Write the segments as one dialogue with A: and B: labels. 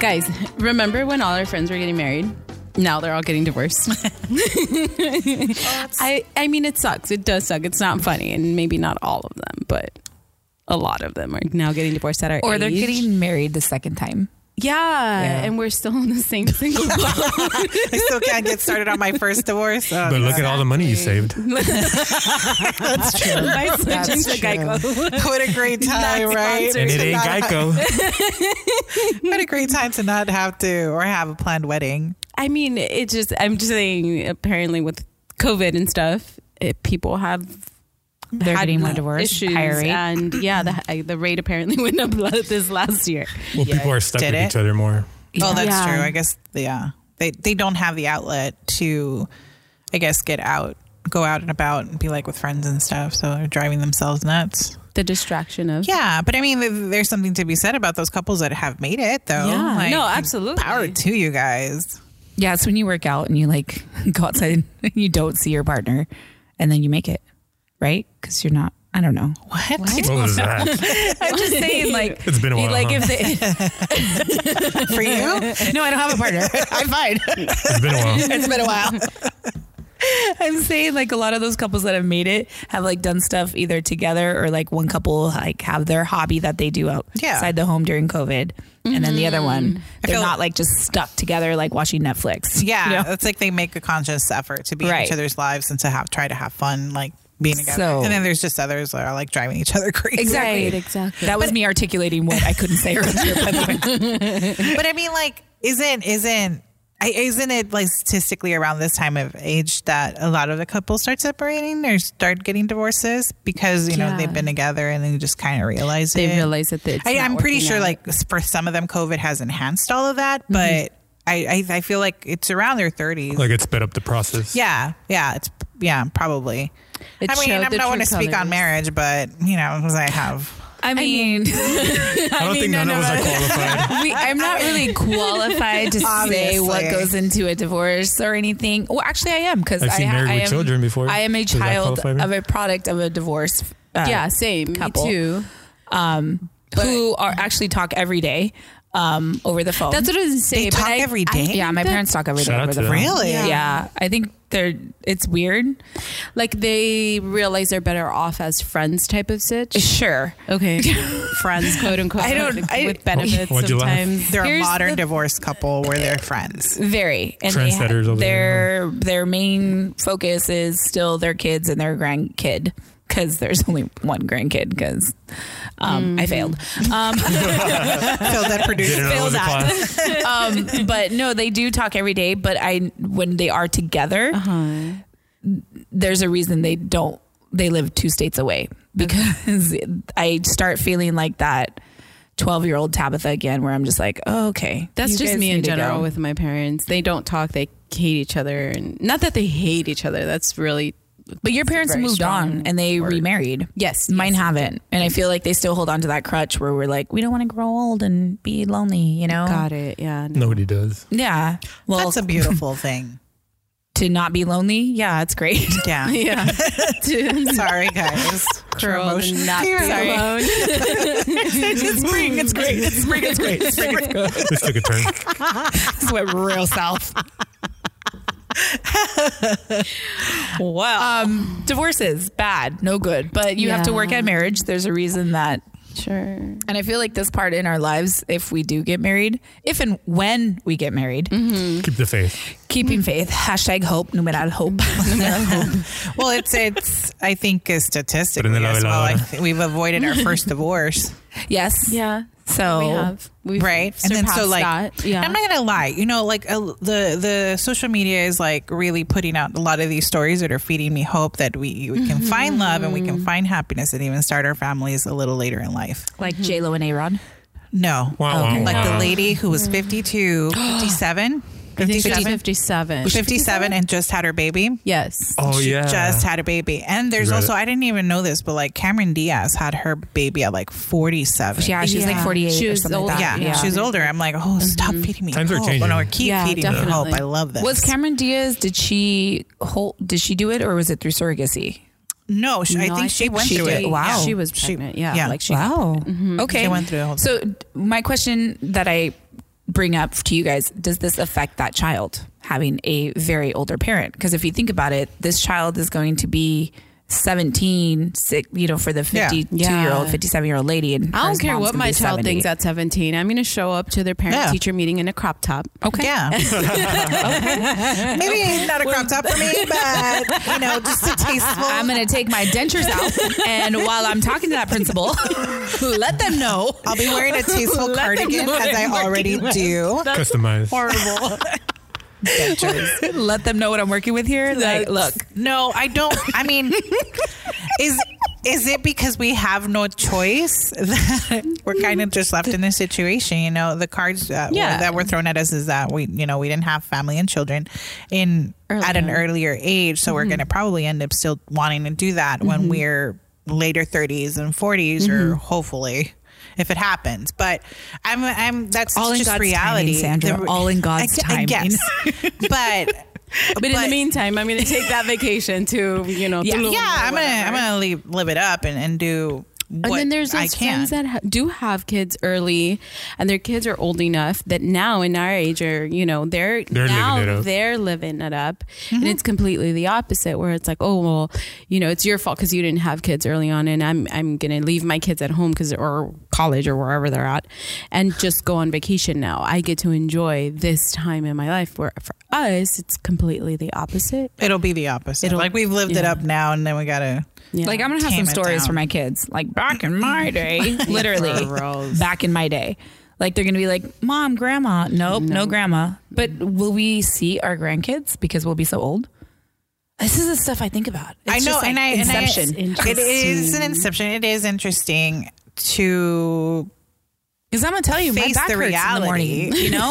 A: Guys, remember when all our friends were getting married? Now they're all getting divorced. I I mean it sucks. It does suck. It's not funny and maybe not all of them, but a lot of them are now getting divorced at our
B: Or they're
A: age.
B: getting married the second time.
A: yeah, and we're still in the same single boat.
C: I still can't get started on my first divorce. Oh,
D: But look at all the money you saved.
A: That's true. By switching
B: That's
A: to
B: true.
A: Geico.
C: what a great time,
A: Not
C: right?
A: sponsored.
D: And it ain't
C: Not-
D: Geico.
C: What a great time to not have to or have a planned wedding.
A: I mean, it just I'm just saying. Apparently, with COVID and stuff, it, people have
B: They're
A: had
B: getting more divorced.
A: issues,
B: Higher rate.
A: and yeah, the I- the rate apparently went up this last year.
D: Well, people are stuck
C: Did
D: with
C: it?
D: each other more.
C: Oh, that's
A: Yeah.
C: true. I guess yeah. They they don't have the outlet to I guess get out, go out and about and be like with friends and stuff, so they're driving themselves nuts.
A: The distraction of
C: Yeah, but I mean th- there's something to be said about those couples that have made it though.
A: Yeah.
C: Like,
A: No, absolutely.
C: Power to you guys.
B: Yeah, it's when you work out and you like go outside and you don't see your partner and then you make it, right? Because you're not, I don't know.
C: What?
D: What was that?
B: I'm just saying, like,
D: It's been a
B: you-
D: while.
B: like
D: huh?
B: if they,
C: For you?
B: no, I don't have a partner. I'm fine.
D: it's been a while.
B: It's been a while. I'm saying like a lot of those couples that have made it have like done stuff either together or like one couple like have their hobby that they do outside
C: Yeah.
B: the home during COVID. And then the other one, they're
C: feel-
B: not like just stuck together like watching Netflix.
C: Yeah.
B: you know?
C: It's like they make a conscious effort to be in
B: Right.
C: each other's lives and to have try to have fun, like being together.
B: So-
C: and then there's just others that are like driving each other crazy.
B: Exactly.
A: Right, exactly.
B: That was me articulating what I couldn't say earlier. By the way.
C: but I mean, like, isn't isn't I- isn't it like statistically around this time of age that a lot of the couples start separating or start getting divorces because you
A: Yeah.
C: know they've been together and then you just kind of realize
A: they
C: it.
A: realize that it's
C: I,
A: not
C: I'm pretty
A: working
C: sure,
A: out. Mm-hmm.
C: like s- for some of them, COVID has enhanced all of that, but I, I I feel like it's around their 30s.
D: Like it sped up the process.
C: yeah, yeah, it's yeah, probably.
A: It
C: I mean,
A: showed
C: I
A: the
C: don't want to
A: true
C: speak on
A: colours.
C: marriage, but you know, 'cause I have.
B: I mean,
D: I don't think none of us are qualified.
B: we, I'm not really qualified to say
C: Obviously.
B: what goes into a divorce or anything. Well, actually, I am because
D: I've
B: I,
D: seen
B: ha-
D: married
B: I
D: with
B: am,
D: children before.
B: I am a
D: Does that
B: child
D: qualify me?
B: of a product of a divorce. uh,
A: yeah, same.
B: couple.
A: Me too.
B: um, who are actually talk every day um, over the phone.
A: That's what I was saying.
C: They
A: but
C: talk
A: I-
C: every
A: I
C: day?
A: think
B: yeah, my
A: that-
B: parents talk every day
D: Shout out
B: over
D: to
B: the
D: them.
B: phone.
C: Really?
B: Yeah. I think they're. It's weird.
A: like they realize they're better off as friends type of sitch.
B: Sure.
A: Okay, friends, quote unquote.
B: I don't-
A: with
B: I-
A: benefits
D: Why'd you laugh?
A: sometimes.
C: They're
B: Here's
C: a modern
B: the-
C: divorced couple where they're friends.
B: Very. And they ha-
D: Trendsetters over
B: their their main focus is still their kids and their grandkid because there's only one grandkid because um,
A: Mm-hmm.
B: I failed. Um,
C: So that produces
D: Didn't know it was a
B: Failed at.
D: class.
B: um, but no, they do talk every day. But I when they are together,
A: Uh.
B: there's a reason they don't. They live two states away
A: Uh.
B: because I start feeling like that. 12 year old Tabitha again, where I'm just like, oh, okay.
A: That's
B: you
A: just
B: guys
A: me in
B: need to
A: general
B: go.
A: with my parents. They don't talk. They hate each other, and not that they hate each other. That's really.
B: But your parents
A: very
B: moved on
A: strong
B: and they remarried.
A: Yes,
B: Mine
A: yes,
B: haven't. And I feel like they still hold on to that crutch where we're like, we don't want to grow old and be lonely, you know?
A: Got it. Yeah.
D: Nobody does.
B: Yeah. Well,
C: That's a beautiful thing.
B: to not be lonely, yeah, it's great.
C: Yeah.
A: Yeah. To
C: Sorry, guys.
A: grow old and not be
C: Here we go.
A: alone.
C: It's spring. It's great. It's spring. It's great. It's spring.
D: This took a turn.
B: this went real south. well, um, divorces, bad, no good. But you have to work
A: Yeah.
B: at marriage. There's a reason that
A: Sure.
B: And I feel like this part in our lives, if we do get married, if and when we get married,
A: Mm-hmm.
D: Keep the faith.
B: keeping faith, hashtag hope, numeral hope.
C: Well, it's it's. I think uh, statistically
D: Prende la
C: as well. I
D: veladora.
C: th- we've avoided our first divorce,
B: yes.
A: Yeah.
B: So
A: We have. We've
C: right?
A: And then so like yeah.
C: I'm not gonna lie. You know, like uh, the the social media is like really putting out a lot of these stories that are feeding me hope that we we can find love and we can find happiness and even start our families a little later in life.
B: like
A: Mm-hmm.
B: J Lo and A Rod.
C: No,
D: Wow, wow,
C: like the
D: wow.
C: lady who was 52, 57,
A: I think she's
C: 57,
A: 57.
C: 57 and just had her baby.
A: Yes.
D: Oh
C: she
D: yeah.
C: just had a baby. And there's
D: Read
C: also
D: it.
C: I didn't even know this, but like Cameron Diaz had her baby at like 47.
B: Yeah, she's like
A: Yeah.
B: 48
A: She
B: or
A: was
B: something like
A: old.
C: yeah,
B: that.
A: Yeah.
C: she's older. I'm like, oh, stop feeding me
D: Times are
C: hope.
D: changing.
C: No, keep
A: Yeah,
C: feeding me hope.
A: definitely.
C: I love this.
B: Was Cameron Diaz? Did she hold? Did she do it, or was it through surrogacy?
C: no, she, I
A: No,
C: think she went
A: she
C: through
A: did.
C: it.
B: Wow.
A: She was pregnant. yeah. Like she
B: wow. Okay.
C: She went through a whole-
B: So d- my question that I bring up to you guys does this affect that child having a very older parent because if you think about it this child is going to be 17 six, you know for the
C: Yeah.
B: 52 year old
A: Yeah.
B: 57 year old lady and
A: I
B: hers
A: don't care
B: mom's
A: what
B: gonna
A: my
B: be
A: child
B: 70.
A: thinks at 17. I'm going to show up to their parent
C: Yeah.
A: teacher meeting in a crop top.
C: Okay. Yeah. Maybe not a crop top for me, but you know, just a tasteful.
B: I'm going to take my dentures out, and while I'm talking to that principal, let them know.
C: I'll be wearing a tasteful
B: Let them
C: cardigan
B: know
C: as
B: what
C: I
B: I'm
C: already do.
D: Customized.
C: Horrible.
B: Let them know what I'm working with here. Like, look,
C: No, I don't. I mean, is is it because we have no choice that we're kind of just left in this situation? You know, the cards that
A: Yeah.
C: were, that were thrown at us is that we, you know, we didn't have family and children in at an earlier age, so
B: Mm-hmm.
C: we're going to probably end up still wanting to do that when we're later 30s and 40s,
B: Mm-hmm.
C: or hopefully. If it happens, but I'm, I'm. That's
B: All in
C: just
B: God's timing,
C: reality,
B: Sandra. All in God's
C: I,
B: timing.
C: I guess. but
A: But, in the meantime, I'm going to take that vacation to, you know,
B: Yeah.
A: Tulum
C: yeah,
A: or
C: I'm gonna
A: whatever.
C: I'm gonna leave, live it up and, and do what
A: and then there's those
C: I can.
A: friends that ha- do have kids early, and their kids are old enough that now in our age are you know they're,
D: They're living
A: now
D: it up.
A: they're living it up,
C: Mm-hmm.
A: and it's completely the opposite where it's like oh well you know it's your fault because you didn't have kids early on, and I'm I'm gonna leave my kids at home because or college or wherever they're at, and just go on vacation now. I get to enjoy this time in my life. Where for us it's completely the opposite.
C: It'll be the opposite.
A: It'll-
C: like we've lived it
A: yeah.
C: up now, and then we gotta.
A: Yeah.
B: like I'm gonna have
C: Tame
B: some
C: it
B: stories
C: down.
B: for my kids. Like back in my day, literally,
A: Gross.
B: back in my day. Like they're gonna be like, Mom, Grandma, nope, no, Grandma. But will we see our grandkids because we'll be so old? This is the stuff I think about. It's
C: I know,
B: just like
C: and I and I-
B: inception.
C: it is an inception. It is interesting to
B: Because I'm gonna tell you,
C: Face
B: my back
C: the
B: hurts in the morning.
C: reality.
B: You know,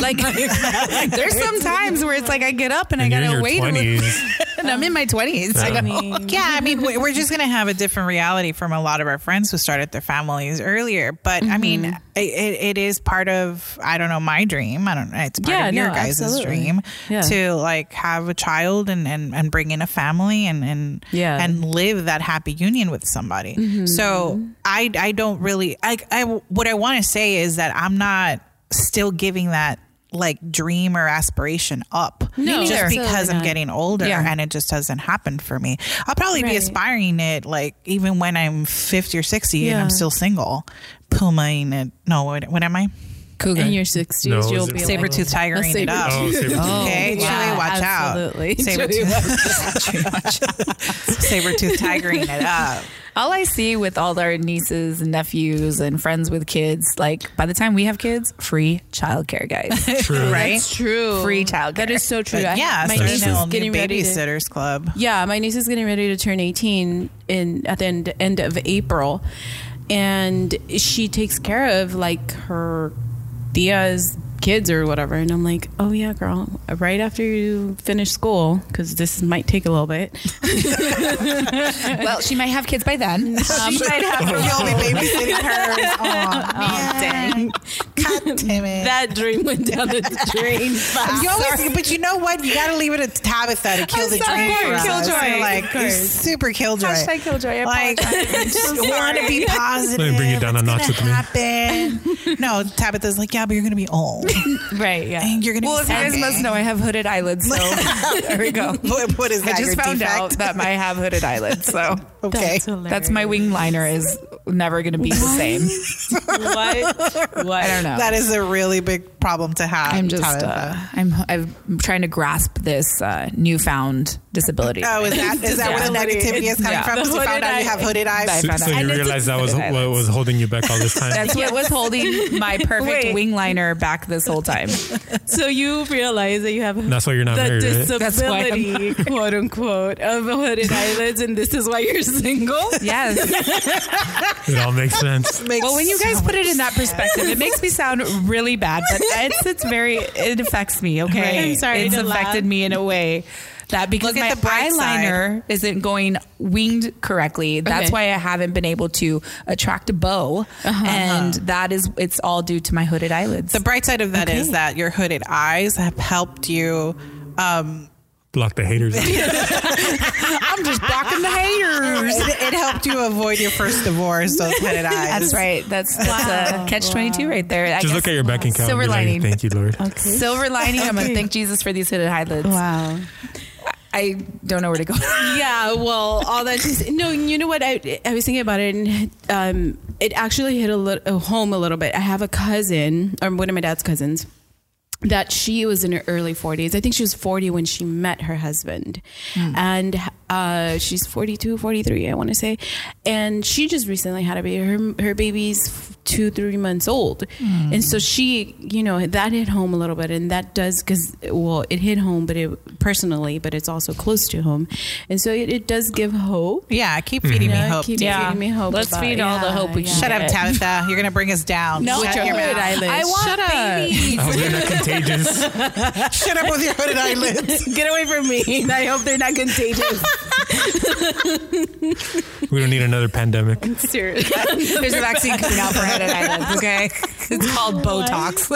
B: like there's some times where it's like I get up and,
D: And
B: I
D: you're in
B: gotta
D: your
B: wait, a little-
D: 20s.
B: and I'm in my 20s. I
D: Yeah.
B: gotta-
C: yeah i mean we- we're just going to have a different reality from a lot of our friends who started their families earlier but i mean
A: Mm-hmm.
C: it, it, it is part of i don't know my dream i don't know it's part
A: Yeah,
C: of your
A: no,
C: guys'
A: absolutely.
C: dream
A: Yeah.
C: to like have a child and, and, and bring in a family and and,
A: Yeah. Mm-hmm.
C: and live that happy union with somebody so I, I don't really I, I what i want to say is that i'm not still giving that like dream or aspiration up
A: No,
C: just
A: absolutely
C: because i'm
A: not.
C: getting older
B: Yeah.
C: and it just doesn't happen for me i'll probably be
A: Right.
C: aspiring it like even when i'm 50 or 60 and
A: Yeah.
C: i'm still single pumaing it no what, what am i
B: Cougar.
A: in your 60s
D: No,
A: you'll
D: is it-
A: be
C: saber
A: like,
C: tooth tigering it up
D: Oh, saber
C: okay
A: Oh,
C: Chewy,
A: yeah,
C: watch
A: absolutely.
C: out saber tooth saber tooth tigering it up
B: All I see with all our nieces and nephews and friends with kids, like by the time we have kids, free childcare, guys.
D: True.
C: right
A: It's true.
B: Free childcare.
A: That is so true. I-
C: yeah
A: my
C: so
A: niece
C: now
A: is
C: new
A: getting ready. To,
C: babysitters club
A: yeah, my niece is getting ready to turn eighteen in at the end, end of April, and she takes care of like her tia's kids or whatever. And I'm like, oh yeah, girl, right after you finish school, because this might take a little bit.
B: well, she might have kids by then.
C: she might have
A: Oh,
C: you'll be babysitting her oh, dang god damn it
A: That dream went down the drain. fast.
C: You always, but you know what? You got to leave it at Tabitha to kill
B: I'm
C: the dream.
B: sorry.
C: for us.
B: Killjoy.
C: You're like
B: Of
C: you're
B: course.
C: super killjoy.
B: Hashtag killjoy, I
C: like want to be positive.
D: Let me bring you down a
C: It's
D: notch
C: gonna
D: with me.
C: Happen. no, Tabitha's like, yeah, but you're gonna be old.
B: right, yeah.
C: And you're gonna
B: well,
C: be
B: if you guys
C: sad.
B: must know, I have hooded eyelids, so there we go.
C: what, what is
B: I
C: that?
B: just
C: your
B: found
C: defect?
B: out that I have hooded eyelids, so
C: Okay.
B: that's my wing liner is never going to be the same.
A: what? What?
B: I don't know.
C: That is a really big problem to have.
B: I'm just uh,
C: Tabitha.
B: I'm I'm trying to grasp this uh, newfound disability.
C: Oh, is that is that where the
A: disability.
C: negativity is coming
B: Yeah.
C: from? Because you
A: The
C: found out
A: hooded
C: you have hooded eyes.
B: That's
D: So,
B: found
D: so
B: out. I
D: you
B: looked
D: realize that was
B: at it.
D: what was holding you back all this time.
B: That's what was holding my perfect
A: Wait.
B: wing liner back this whole time.
A: So you realize that you have
D: That's why you're not
A: the
D: married, right?
B: That's why I'm
A: disability, quote unquote, of hooded eyelids, and this is why you're single.
B: Yes.
D: it all makes sense.
C: Makes
B: Well, when you
C: so
B: guys
C: much
B: put it in that perspective, it makes me sound really bad, but it's it's very it affects me. Okay,
A: I'm sorry
B: it's
A: to laugh.
B: affected me in a way that because
C: Look
B: my
C: at the bright
B: eyeliner isn't going winged correctly. That's
A: Okay.
B: why I haven't been able to attract a bow, and that is it's all due to my hooded eyelids.
C: The bright side of that is that your hooded eyes have helped you um,
D: block the haters. out.
B: I'm just blocking the haters.
C: it, it helped you avoid your first divorce. Those headed eyes.
B: That's right. That's, that's a catch twenty two right there. I
D: Just
B: guess.
D: look at your bank account.
B: Silver
D: and be like,
B: lining.
D: Thank you, Lord.
B: Silver lining. I'm gonna thank Jesus for these hooded eyelids.
A: Wow.
B: I don't know where to go.
A: Yeah, well, all that just no. You know what? I I was thinking about it, and um, it actually hit a little home a little bit. I have a cousin, or one of my dad's cousins, that she was in her early forties. I think she was forty when she met her husband, and uh, she's 42, 43, I want to say, and she just recently had a baby. Her her baby's f- two, three months old, and so she, you know, that hit home a little bit, and that does because well, it hit home, but it personally, but it's also close to home, and so it, it does give hope.
C: Yeah, keep feeding me
A: Yeah,
C: hope.
A: keep
C: dude.
B: Yeah.
A: feeding me hope.
B: Let's
A: about-
B: feed all the
A: yeah,
B: hope we can
A: yeah.
C: Shut up,
B: it.
C: Tabitha. You're gonna bring us down.
A: No, with
C: Shut
A: your
C: your
A: hood
C: mouth.
A: eyelids.
B: I want
A: Shut up.
B: babies.
D: Oh, you're not contagious.
C: Shut up with your hooded eyelids.
A: Get away from me. I hope they're not contagious.
D: We don't need another pandemic.
A: Seriously.
B: There's a vaccine coming out for headed eyelids. Okay, it's called Botox.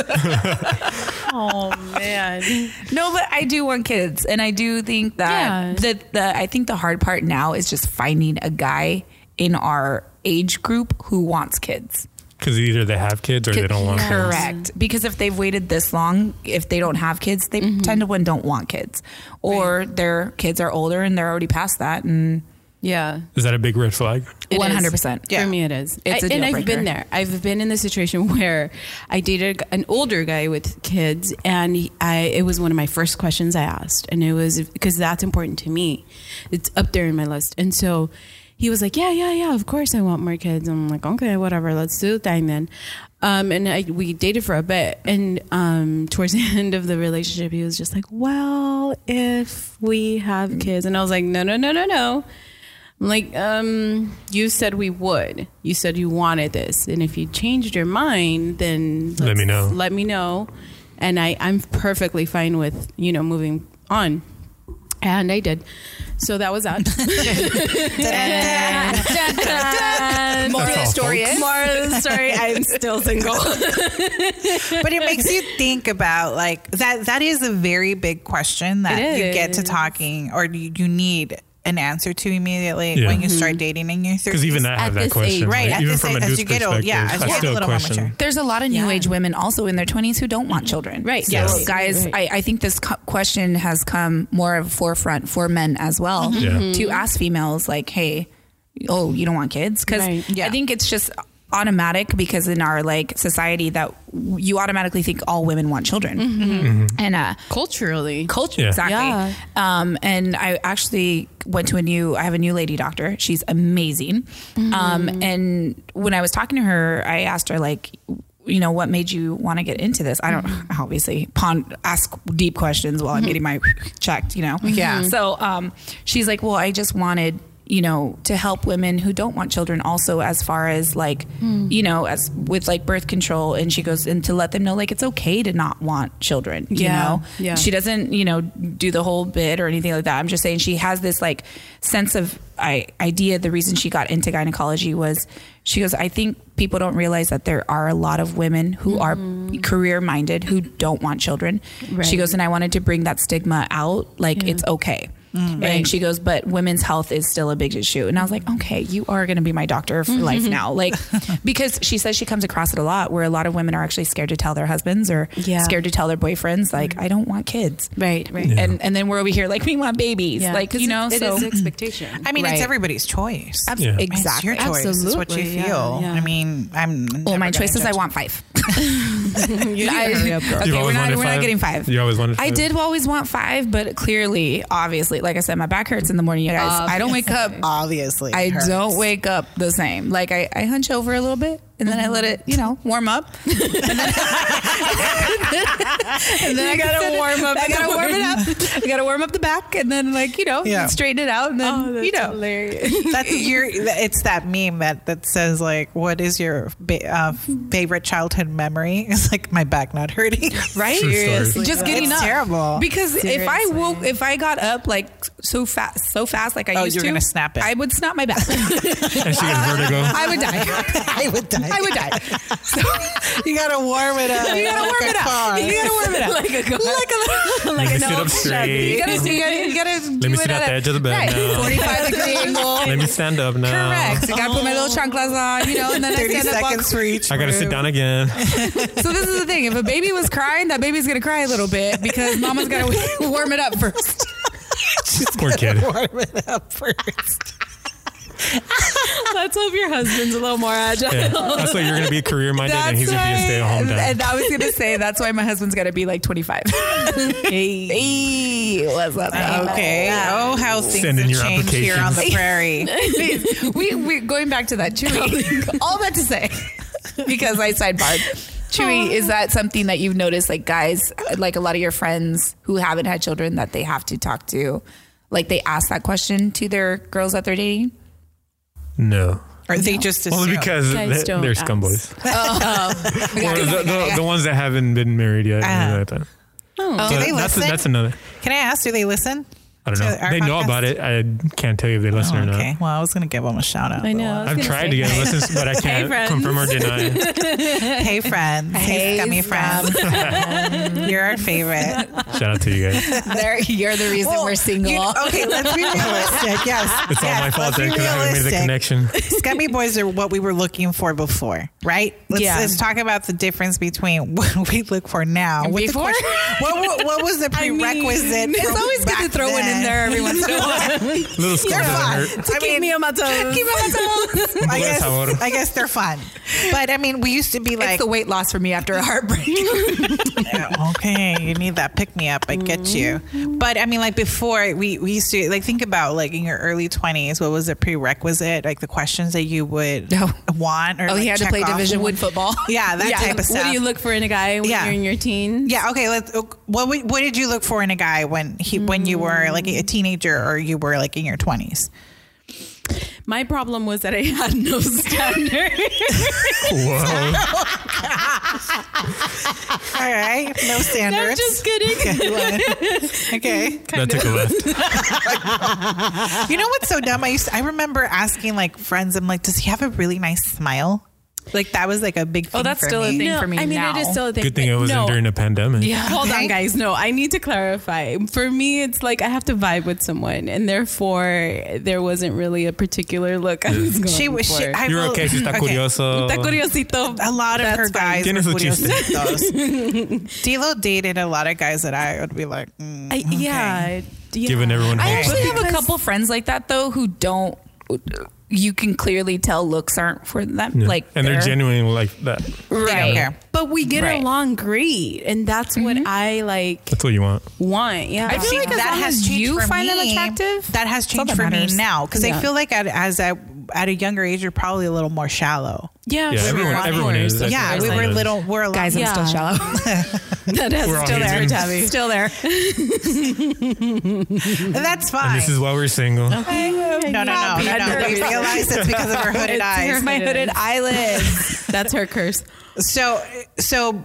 A: Oh man.
B: No, but I do want kids, and I do think that
A: Yeah.
B: the, the I think the hard part now is just finding a guy in our age group who wants kids.
D: Because either they have kids or they don't want kids.
B: Correct, because if they've waited this long, if they don't have kids, they tend to one don't want kids, or their kids are older and they're already past that, and
A: Yeah.
D: Is that a big red flag?
A: It is.
B: one hundred percent.
C: Yeah.
A: For me, it is.
B: It's
A: I-
B: a
A: and
B: deal
A: I've been
B: breaker.
A: there. I've been in the situation where I dated a g- an older guy with kids, and he- I it was one of my first questions I asked, and it was because that's important to me. It's up there in my list, and so he was like, "Yeah, yeah, yeah. Of course, I want more kids." I'm like, "Okay, whatever. Let's do the thing then." Um, and I, we dated for a bit, and um, towards the end of the relationship, he was just like, "Well, if we have
B: Mm.
A: kids," and I was like, "No, no, no, no, no." I'm like, um, you said we would. You said you wanted this, and if you changed your mind, then
D: Let
A: let's-
D: me know.
A: Let me know, and I I'm perfectly fine with you know moving on, and I did. So that was that.
B: More
D: That's all, folks.
A: More of the story. I'm still single.
C: but it makes you think about like that that is a very big question that
A: It
C: you get to
A: is.
C: talking or you, you need an answer to immediately
D: Yeah.
C: when you
B: Mm-hmm.
C: start dating in your 30s
D: Because even I have
A: At
D: that
A: this
D: question.
A: age.
C: Right,
D: like,
C: at
D: even
C: this
D: from
C: age,
D: a
C: as
D: dude's
C: you get old-
D: perspective,
C: yeah, as
D: I
C: you get a
D: still
C: little more mature.
D: question.
B: There's a lot of new
A: Yeah.
B: age women also in their 20s who don't want children.
A: Right.
B: So,
A: Yes.
B: guys,
A: Right.
B: I, I think this co- question has come more of a forefront for men as well
A: Mm-hmm.
D: Yeah. Mhm.
B: to ask females, like, hey, oh, you don't want kids? Because
A: Right.
C: Yeah.
B: I think it's just automatic because in our like society that w- you automatically think all women want children
A: Mm-hmm.
B: and uh
A: Culturally,
B: culture
D: Yeah.
B: exactly
A: Yeah.
B: um and i actually went to a new i have a new lady doctor she's amazing
A: Mm-hmm.
B: um and when i was talking to her i asked her like you know what made you want to get into this i don't
A: Mm-hmm.
B: obviously pond ask deep questions while i'm getting my checked you know
A: Mm-hmm.
C: Yeah.
B: so um she's like well i just wanted you know to help women who don't want children also as far as like
A: Mm.
B: you know as with like birth control and she goes and to let them know like it's okay to not want children you
A: Yeah.
B: know
A: Yeah.
B: she doesn't you know do the whole bit or anything like that i'm just saying she has this like sense of I, idea the reason she got into gynecology was she goes i think people don't realize that there are a lot of women who are career minded who don't want children she
A: Mm-hmm. Right.
B: goes and i wanted to bring that stigma out like it's okay And she goes, but women's health is still a big issue. And I was like, okay, you are going to be my doctor
A: Mm-hmm.
B: for life now. Like, because she says she comes across it a lot where a lot of women are actually scared to tell their husbands or
A: Yeah.
B: scared to tell their boyfriends like
C: Mm-hmm.
B: I don't want kids.
A: right, right.
B: And and then we're over here like we want babies. Like you know, so
A: expectation.
C: I mean, it's
B: Right.
C: everybody's choice.
B: Abs-
D: Yeah.
C: It's your
B: exactly.
C: choice. It's what you
A: Absolutely, yeah,
C: feel.
A: yeah.
C: I mean, I'm.
B: Well, my
C: never gonna
B: choice is I
C: judge.
B: want five.
A: I,
B: I- okay,
D: You've
B: we're
D: always
B: not
D: wanted
B: we're not
D: five?
B: getting five.
D: You always wanted
B: I
D: five?
B: did always want five, but clearly, obviously, like I said, my back hurts in the morning, you guys. I don't wake up.
C: Obviously,
B: I
C: hers.
B: don't wake up the same. Like I, I hunch over a little bit and then I let it, you know, warm up. and then, and then I gotta warm up. I gotta warm it up. I gotta warm up the back and then like, you know,
C: Yeah.
B: straighten it out and then you know.
C: That's your. It's that meme that that says like, "What is your ba- uh, favorite childhood memory?" It's like my back not hurting.
B: Right?
D: True story. Seriously.
B: Just
C: It's
B: getting up.
C: terrible.
B: Because if I
A: Seriously.
B: woke, if I got up like so fast, so fast, like I
C: Oh,
B: used
C: you're
B: to,
C: gonna snap it.
B: I would snap my back.
D: And she gets vertigo.
B: I would die.
C: I would die. I would die. so you gotta warm it up.
B: You gotta
C: like
B: warm
C: a
B: it up.
C: car.
B: You gotta warm it up. like a car. like a like
D: Let me sit up
B: You
D: straight.
B: gotta, you gotta, you gotta
D: Let me sit at the edge of the bed now.
B: 45 degree angle.
D: Let me stand up now.
B: Correct. I gotta put my little chanclas on, you know, and then I
C: 30
B: stand up. walk-
C: seconds for each.
D: I gotta sit down again.
B: So this is the thing. If a baby was crying, that baby's gonna cry a little bit because mama's gotta warm it up first.
D: Poor kid.
C: Warm it up first.
A: Let's hope your husband's a little more agile.
D: Yeah. That's why you're gonna be career minded and he's gonna be a stay at home dad.
B: and I was gonna say that's why my husband's gotta be like 25. hey, what's up?
C: Uh, Okay. Oh, how things
D: Send in
C: have
D: your
C: changed here on the
D: applications.
C: prairie.
B: Please, we we going back to that Chewy. All that to say, because I sidebarred. Chewy, is that something that you've noticed? Like guys, like a lot of your friends who haven't had children that they have to talk to, like they ask that question to their girls that they're dating.
D: No.
C: Or they just assume.
D: Well, because
A: Guys
D: they,
A: don't
D: they're
A: ask.
D: scumboys.
C: Um,
D: Or the, the, the ones that haven't been married yet.
C: Uh-huh.
D: Like that.
B: Oh.
C: do
D: But
C: they
D: uh, that's,
C: listen?
D: that's another.
C: Can I ask? Do they listen?
D: I don't
C: To
D: know.
C: our
D: They know
C: podcast? Oh,
D: about it. I can't tell you if they listen or not.
C: Okay. Well, I was gonna give them a shout out.
A: I
C: but
A: know.
C: well.
A: I was
D: I've
A: gonna
D: tried
A: say,
D: to get a listen, but I can't
A: friends.
D: confirm or deny.
C: Hey friends. Hey,
B: Hey,
C: scummy friends. You're our favorite.
D: Shout out to you guys.
B: They're- you're the reason
C: Well,
B: we're single.
C: you- okay, let's be realistic. Yes.
D: It's all
C: Yes,
D: my fault
C: let's be
D: because I haven't made the
C: realistic.
D: connection.
C: Scummy boys are what we were looking for before, right? Let's,
A: Yeah.
C: let's talk about the difference between what we look for now. What the
B: Before?
C: question- what, what, what was the
A: mean,
C: prerequisite?
B: it's
C: for
B: always good
C: back
B: to throw one in
C: then?
B: there every once in a while.
D: Little scar
C: You're fine.
D: doesn't hurt.
C: I mean,
A: on my toes.
B: Keep it on the-
C: I
D: Bless
C: guess,
D: our-
C: I guess they're fun. But I mean, we used to be
B: It's
C: like, "Uh,
B: the weight loss for me after a heartbreak.
C: okay, you need that pick me up. I get you.
B: Mm-hmm.
C: But I mean, like before, we, we used to like think about like in your early twenties, what was the prerequisite? Like the questions that you would
B: No.
C: want, or
B: Oh,
C: like,
B: he had to
C: check
B: play
C: off.
B: Division One football.
C: Yeah, that type of
A: What
C: stuff.
A: do you look for in a guy when
C: Yeah.
A: you're in your teens?
C: yeah. Okay. Let's. uh, What would- What did you look for in a guy when he when you were like a teenager or you were like in your twenties?
A: My problem was that I had no standard.
D: Whoa.
C: All right. No
A: I'm
C: standards.
A: just kidding.
C: okay.
D: That took a left.
C: You know what's so dumb? I used to, I remember asking like friends. I'm like, does he have a really nice smile? Like that was like a big. Thing
B: Oh, that's
C: for
B: still a
C: me.
B: thing. for me
A: I mean
B: now.
A: it is still a thing.
D: Good thing it wasn't
A: no,
D: during the pandemic.
A: Yeah, hold
C: Okay.
A: on, guys. No, I need to clarify. For me, it's like I have to vibe with someone, and therefore, there wasn't really a particular look I was going
C: She was. She,
A: for.
C: I
D: You're
C: will-
D: okay, si está curioso.
A: Está curiosito.
C: A lot of her guys
D: Tiene
C: were
D: su chiste.
C: curiositos. D'Lo dated a lot of guys that I would be like, mm,
A: I, yeah, yeah.
D: Giving everyone
B: I
D: hope.
B: actually
A: But
B: have a
A: because-
B: couple friends like that though who don't. You can clearly tell looks aren't for them.
D: Yeah.
B: Like
D: and they're genuine like that.
C: don't
B: right?
C: care.
A: But we get
B: Right.
A: along great, and that's what I like
D: That's what you want.
A: want. Yeah,
B: I feel
C: See,
B: like as long as you find them attractive,
C: That has
B: that's all
C: changed
B: that
C: for
B: matters.
C: me now because I
A: Yeah.
C: feel like at, as I, at a younger age, you're probably a little more shallow.
A: yeah,
D: Yeah,
A: sure.
D: everyone,
A: Of
D: everyone
A: course.
D: is. That's
C: yeah,
D: what
C: we were
D: everyone is.
C: little. We're a lot
B: guys, I'm
A: Yeah.
B: still shallow.
A: That is
D: We're all
A: still there,
D: humans.
A: Tabby.
B: still there.
C: That's fine.
D: And this is why we're single.
C: no, no, no, no, no. We realize it's because of her hooded
A: It's
C: eyes.
A: her-
B: My hooded eyelids.
A: That's her curse.
C: So, so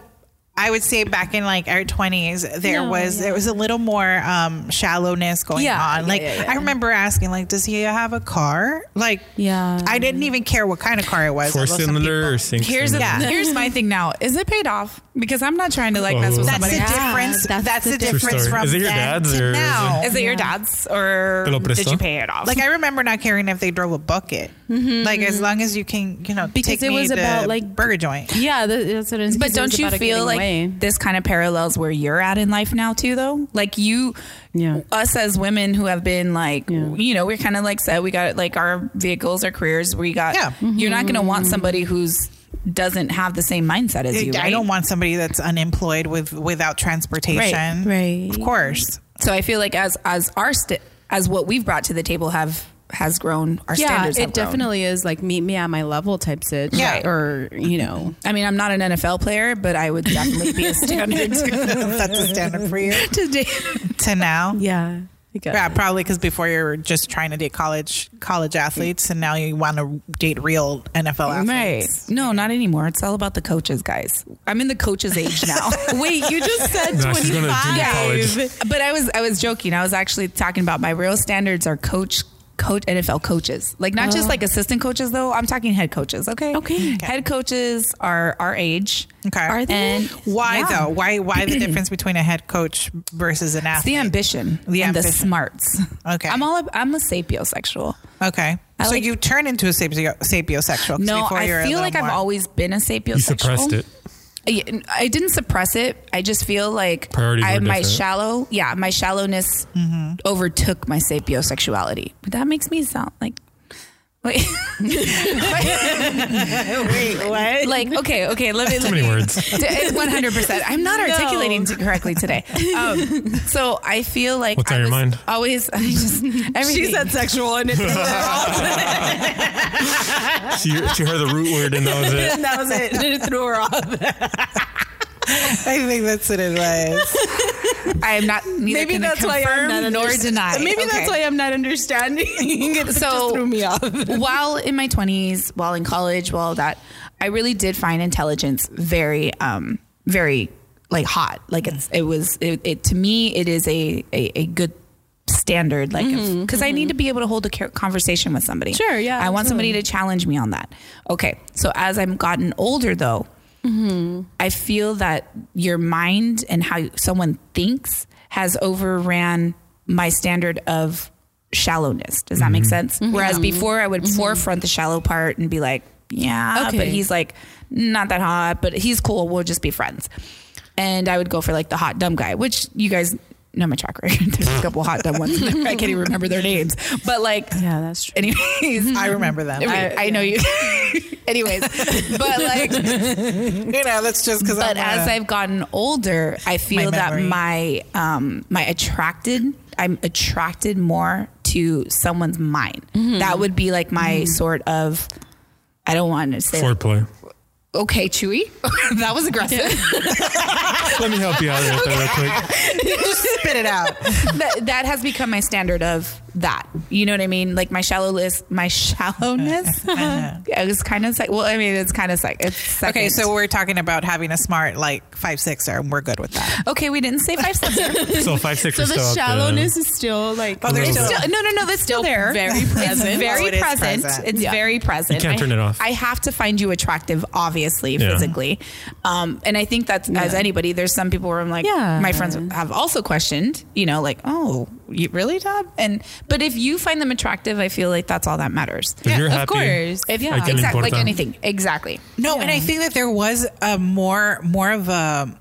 C: I would say back in like our twenties, there
A: No,
C: was
A: yeah.
C: there was a little more um, shallowness going
A: Yeah,
C: on.
A: yeah,
C: Like
A: yeah, yeah.
C: I remember asking, like, does he have a car? Like,
A: Yeah.
C: I didn't even care what kind of car it was.
D: Four
C: although some
D: cylinder or
C: people-
D: six
B: Here's
D: cylinder.
C: Yeah.
B: here's my thing now. Is it paid off? Because I'm not trying to like mess with
D: Oh.
C: That's
B: somebody.
C: the
A: Yeah,
C: difference. That's,
A: that's
C: the,
A: the
D: difference.
C: difference
D: True story.
C: from
D: Is it your
C: then
D: dad's
C: to
D: or is
C: now.
D: it-
B: Is it your dad's or
D: Te lo
B: did
D: presto?
B: you pay it off?
C: like I remember not caring if they drove a bucket. Like as long as you can, you know,
A: Because
C: take
A: it
C: me
A: was
C: to
A: about, like-
C: burger joint.
A: Yeah, that- that's what it is.
B: But don't you feel like this kind of parallels where you're at in life now too though? Like you
A: Yeah.
B: us as women who have been like
A: Yeah.
B: you know, we're kinda like said we got like our vehicles, our careers, we got
C: Yeah.
B: you're not gonna want somebody who's doesn't have the same mindset as you.
C: I
B: right?
C: don't want somebody that's unemployed with without transportation.
A: Right.
C: Of course.
B: So I feel like as as our st- as what we've brought to the table have has grown. Our
A: yeah,
B: standards have
A: it
B: grown.
A: definitely is like meet me at my level type sit.
C: Yeah.
A: or you know,
B: I mean, I'm not an NFL player, but I would definitely be a standard
C: that's a standard for you
B: today.
C: to now.
A: yeah, I guess.
C: Yeah, probably because before you were just trying to date college college athletes, and now you want to date real NFL athletes.
B: Right? No, not anymore. It's all about the coaches, guys. I'm in the coaches age now.
A: Wait, you just said
D: Nah, she's going to junior
B: Yeah.
D: college.
B: but I was I was joking. I was actually talking about my real standards are coach coach NFL coaches. Like not just like assistant coaches though. I'm talking head coaches. Oh. Okay.
A: Okay. Okay.
B: Head coaches are our age.
C: Okay.
A: Are they?
B: And
C: Why
B: Yeah.
C: though? Why why the difference between a head coach versus an
B: It's
C: athlete?
B: the ambition
C: The
B: and the
C: ambition.
B: smarts.
C: Okay.
B: I'm all. ab- I'm a sapiosexual.
C: Okay.
B: I
C: so
B: like-
C: you turn into a sapio- sapiosexual. 'cause
B: No,
C: before you're
B: I
C: a
B: feel
C: little
B: like
C: more-
B: I've always been a sapiosexual.
D: You suppressed it.
B: I, I didn't suppress it. I just feel like
D: Priorities
B: I,
D: were
B: my
D: different.
B: shallow, yeah, my shallowness
A: Mm-hmm.
B: overtook my sapiosexuality. But that makes me sound like. Wait,
C: Wait, what?
B: like okay, okay. Let me.
D: Too many words.
B: One hundred percent. I'm not articulating t- correctly today. Um, so I feel like
D: What's
B: I
D: on your
B: was
D: mind?
B: Always, I just everything.
C: sexual and it
D: she, she heard the root word and that was it.
C: that was it.
B: it threw her off.
C: I think that's what it was.
B: I am not. neither
A: Maybe
B: can
A: that's why I'm
B: confirm
A: not
B: nor
A: underst-
B: deny.
A: Maybe
B: Okay.
A: that's why I'm not understanding. it
B: So-
A: just threw me off.
B: while in my 20s, while in college, while that, I really did find intelligence very, um, very like hot. Like it's, it was, it, it to me, it is a, a, a good standard. Like, because I need to be able to hold a ca- conversation with somebody.
A: Mm-hmm, Sure, yeah,
B: I want somebody to challenge me on that. Okay. So as I've gotten older though, I feel that your mind and how someone thinks has overran my standard of shallowness. Does that make sense? Whereas before I would forefront the shallow part and be like, yeah, but
A: Okay.
B: he's like not that hot, but he's cool. We'll just be friends. And I would go for like the hot dumb guy, which you guys know my track record. There's a couple hot dumb ones. I can't even remember their names, but like,
A: Yeah, that's true.
B: anyways,
C: I remember them.
B: I, I know you. anyways, but like,
C: you know, that's just because
B: but
C: I'm
B: as
C: a-
B: I've gotten older, I feel that
C: memory.
B: my um, my attracted I'm attracted more to someone's mind.
C: Mm-hmm.
B: That would be like my sort of I don't want to say
D: Foreplay.
B: okay, Chewy. that was aggressive.
D: Let me help you out with that real quick.
C: just spit it out.
B: that, that has become my standard of that. You know what I mean? Like my shallowness, my shallowness. it was kind of sec- well, I mean, it's kind of like it's second.
C: Okay, so we're talking about having a smart like five sixer, and we're good with that.
B: okay, we didn't say five steps.
D: So five six.
A: So
D: are
A: the
D: still out there.
A: shallowness is still like
C: Oh, there's
D: It's
C: still,
B: Still- no, no, no. That's still there.
A: very
B: It's
A: present.
B: very
C: Oh, it is
B: present.
C: present.
B: It's
A: Yeah.
B: very present.
D: You can't
B: I-
D: turn it off.
B: I have to find you attractive, obviously,
D: Yeah.
B: physically. Um, and I think that's as anybody, there's some people where I'm like,
A: Yeah.
B: my friends have also questioned, you know, like, oh, you really, Todd? And but if you find them attractive, I feel like that's all that matters.
D: If you're
A: of
D: happy,
A: course.
B: If
A: Yeah.
D: I can
B: exactly,
D: import
B: like
D: them.
B: anything, exactly.
C: No, and I think that there was a more more of a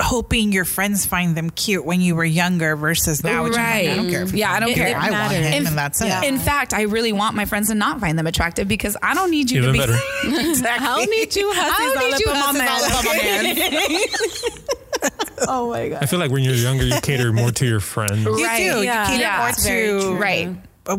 C: hoping your friends find them cute when you were younger versus now. Which I'm like, I don't care. If
B: yeah, I don't
A: It-
B: care.
A: it
C: I want him,
A: matters.
C: and that's
B: yeah.
C: it.
B: In fact, I really want my friends to not find them attractive because I don't need you to
D: Even
B: be.
D: better.
B: exactly. I don't need you.
A: hussies all up on my man.
B: Oh my god.
D: I feel like when you're younger, you cater more to your friends.
C: You
B: Right,
C: do.
A: yeah.
C: You cater
B: Yeah. It's
A: very
C: more to
A: true.
B: Right.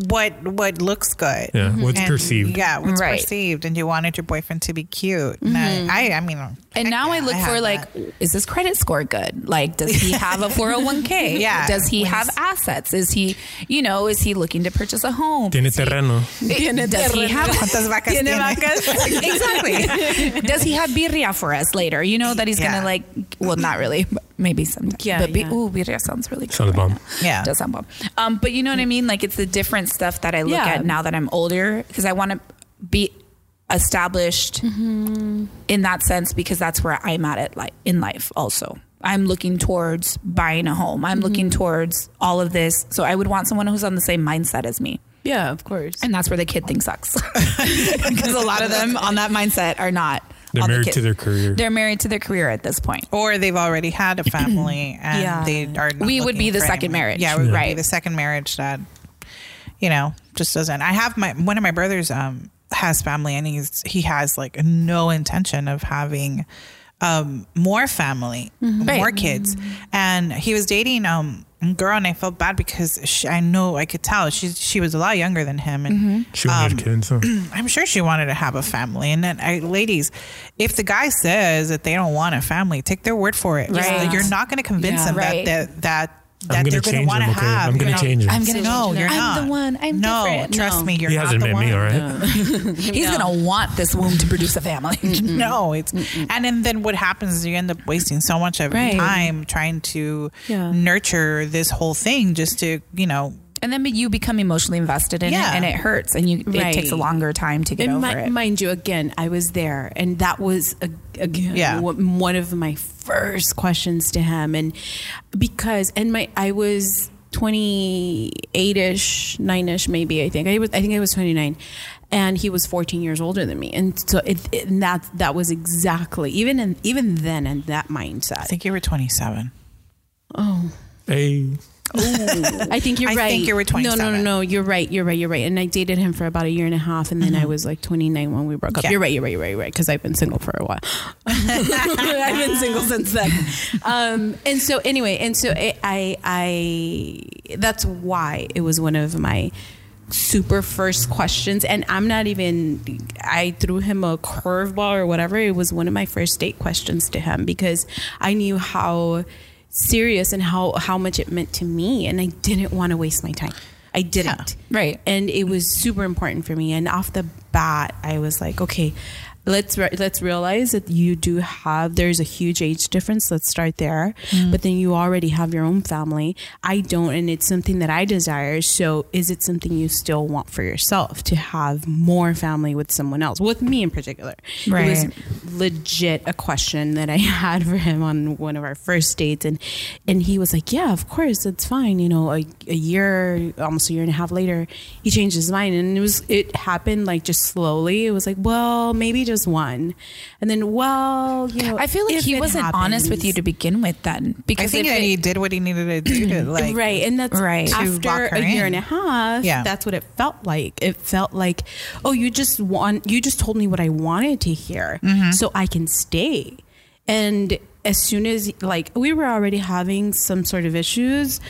C: what what looks good.
D: Yeah, what's
C: And-
D: perceived.
C: Yeah, what's
B: Right. Mm-hmm.
C: perceived, and you wanted your boyfriend to be cute. And I, I, I mean,
B: And
C: heck
B: now I
C: yeah,
B: look for
C: had
B: like,
C: that.
B: is his credit score good? Like, does he have a 401k?
C: Yeah.
B: Does he
C: When
B: have assets? Is he, you know, is he looking to purchase a home?
D: Tiene terreno.
B: Does he have
C: ¿Cuántas vacas tiene?
B: exactly? Does he have birria for us later? You know that he's
C: Yeah.
B: gonna like, well, not really, but maybe sometime.
A: Yeah,
B: but be,
A: yeah.
B: ooh, birria sounds really good.
D: Sounds bomb.
C: Yeah.
B: does sound bomb. Um, but you know what I mean? Like, it's the different stuff that I look
A: Yeah.
B: at now that I'm older because I want to be established
A: Mm-hmm.
B: in that sense because that's where I'm at it like in life also. I'm looking towards buying a home. I'm
A: Mm-hmm.
B: looking towards all of this. So I would want someone who's on the same mindset as me.
A: Yeah, of course.
B: And that's where the kid thing sucks. Because a lot of them on that mindset are not.
D: They're
B: on the
D: married
B: kid-
D: to their career.
B: They're married to their career at this point.
C: or they've already had a family and
B: Yeah.
C: they are. Not
B: We would
C: looking
B: be the
C: for
B: second
C: anyone.
B: marriage,
C: Yeah, we would be
B: right.
C: the second marriage that you know just doesn't. I have my one of my brothers um has family and he's he has like no intention of having um more family,
B: Mm-hmm.
C: more kids, and he was dating um. a Girl, and I felt bad because she, I know I could tell she she was a lot younger than him, and
B: Mm-hmm.
D: she wanted kids. Huh?
C: I'm sure she wanted to have a family. And then, I, ladies, if the guy says that they don't want a family, take their word for it.
B: Right.
C: Like, You're not going to convince
A: Yeah.
C: them
B: Right.
C: that that that, that
D: I'm gonna
C: they're going to
D: change
C: want to
D: him. Okay,
C: have.
D: I'm gonna
C: you know?
D: change him.
B: I'm gonna
C: no,
B: change
C: you're
B: him.
C: not.
B: I'm the one. I'm
C: no,
B: different.
C: trust
A: No.
C: me, you're
D: He
C: not
D: hasn't
C: the
D: met
C: one.
D: me, all right?
B: He's gonna want this womb to produce a family.
C: No, it's and then, then what happens is you end up wasting so much of your
A: Right.
C: time trying to
A: Yeah.
C: nurture this whole thing just to you know
B: and then you become emotionally invested in
C: Yeah.
B: it, and it hurts, and you it
A: Right.
B: takes a longer time to get
A: And
B: over
A: mi-
B: it.
A: mind you, again, I was there, and that was a- again
C: Yeah.
A: wa- one of my first questions to him, and because and my I was twenty eight ish, nine ish, maybe I think I was I think I was twenty nine, and he was fourteen years older than me, and so it, it and that that was exactly even in, even then and that
C: I
A: mindset. Oh.
C: think you were 27.
D: Hey.
A: I think you're
C: I
A: right.
C: think you were
A: No, no, no,
C: 27.
A: no. You're right. You're right. You're right. And I dated him for about a year and a half, and then I was like 29 when we broke up.
C: Mm-hmm. Yeah.
A: You're right. You're right. You're right. You're right. Because I've been single for a while. I've been single since then. Um, and so anyway, and so it, I, I, that's why it was one of my super first questions. And I'm not even, I threw him a curveball or whatever. It was one of my first date questions to him because I knew how serious and how, how much it meant to me. And I didn't want to waste my time. I didn't.
B: Right.
A: And it was super important for me. And off the bat, I was like, okay, let's re- let's realize that you do have there's a huge age difference. Let's start there.
B: Mm-hmm.
A: But then you already have your own family. I don't, and it's something that I desire. So is it something you still want for yourself to have more family with someone else, with me in particular? It was
B: Right.
A: legit a question that I had for him on one of our first dates, and and he was like, "Yeah, of course, it's fine." You know, a, a year, almost a year and a half later, he changed his mind, and it was it happened like just slowly. It was like, "Well, maybe just one," and then, "Well, you know,"
B: I feel like
A: if
B: he
A: it
B: wasn't honest with you
A: happens.
B: to begin with, then
C: I
B: because
C: think
B: if
C: that
B: it-
C: he did what he needed to do to like
A: right and that's right
B: Right. to
A: after
C: lock her
A: a year and
C: in.
A: a half
C: Yeah.
A: that's what it felt like it felt like oh you just want you just told me what i wanted to hear
C: Mm-hmm.
A: so i can stay and as soon as like we were already having some sort of issues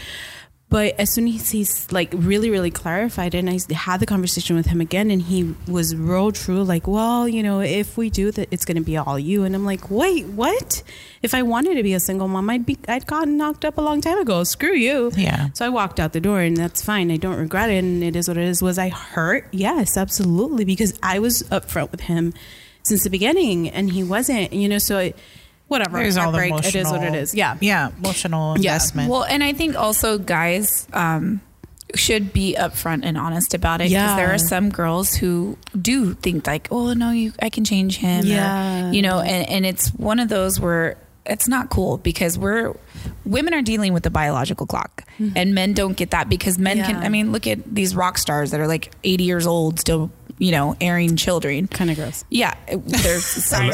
A: but as soon as he's like really really clarified it, and i s- had the conversation with him again and he was real true like well you know if we do that it's going to be all you and i'm like wait what if i wanted to be a single mom i'd be i'd gotten knocked up a long time ago screw you
C: Yeah.
A: so I walked out the door, and that's fine. I don't regret it, and it is what it is. Was I hurt? Yes, absolutely, because I was upfront with him since the beginning, and he wasn't. You know, so it, whatever.
C: There's all the
A: heartbreak,
C: emotional.
A: It is what it is. Yeah.
C: Yeah. Emotional
A: Yeah.
C: investment.
B: Well, and I think also guys um, should be upfront and honest about it because
A: Yeah.
B: there are some girls who do think like, oh no, you, I can change him. or,
A: Yeah.
B: you know, and, and it's one of those where it's not cool because we're women are dealing with the biological clock and men don't get that because men can
A: Mm-hmm. Yeah.
B: I mean look at these rock stars that are like 80 years old still you know airing children
A: Kind of gross.
B: yeah it- they're sorry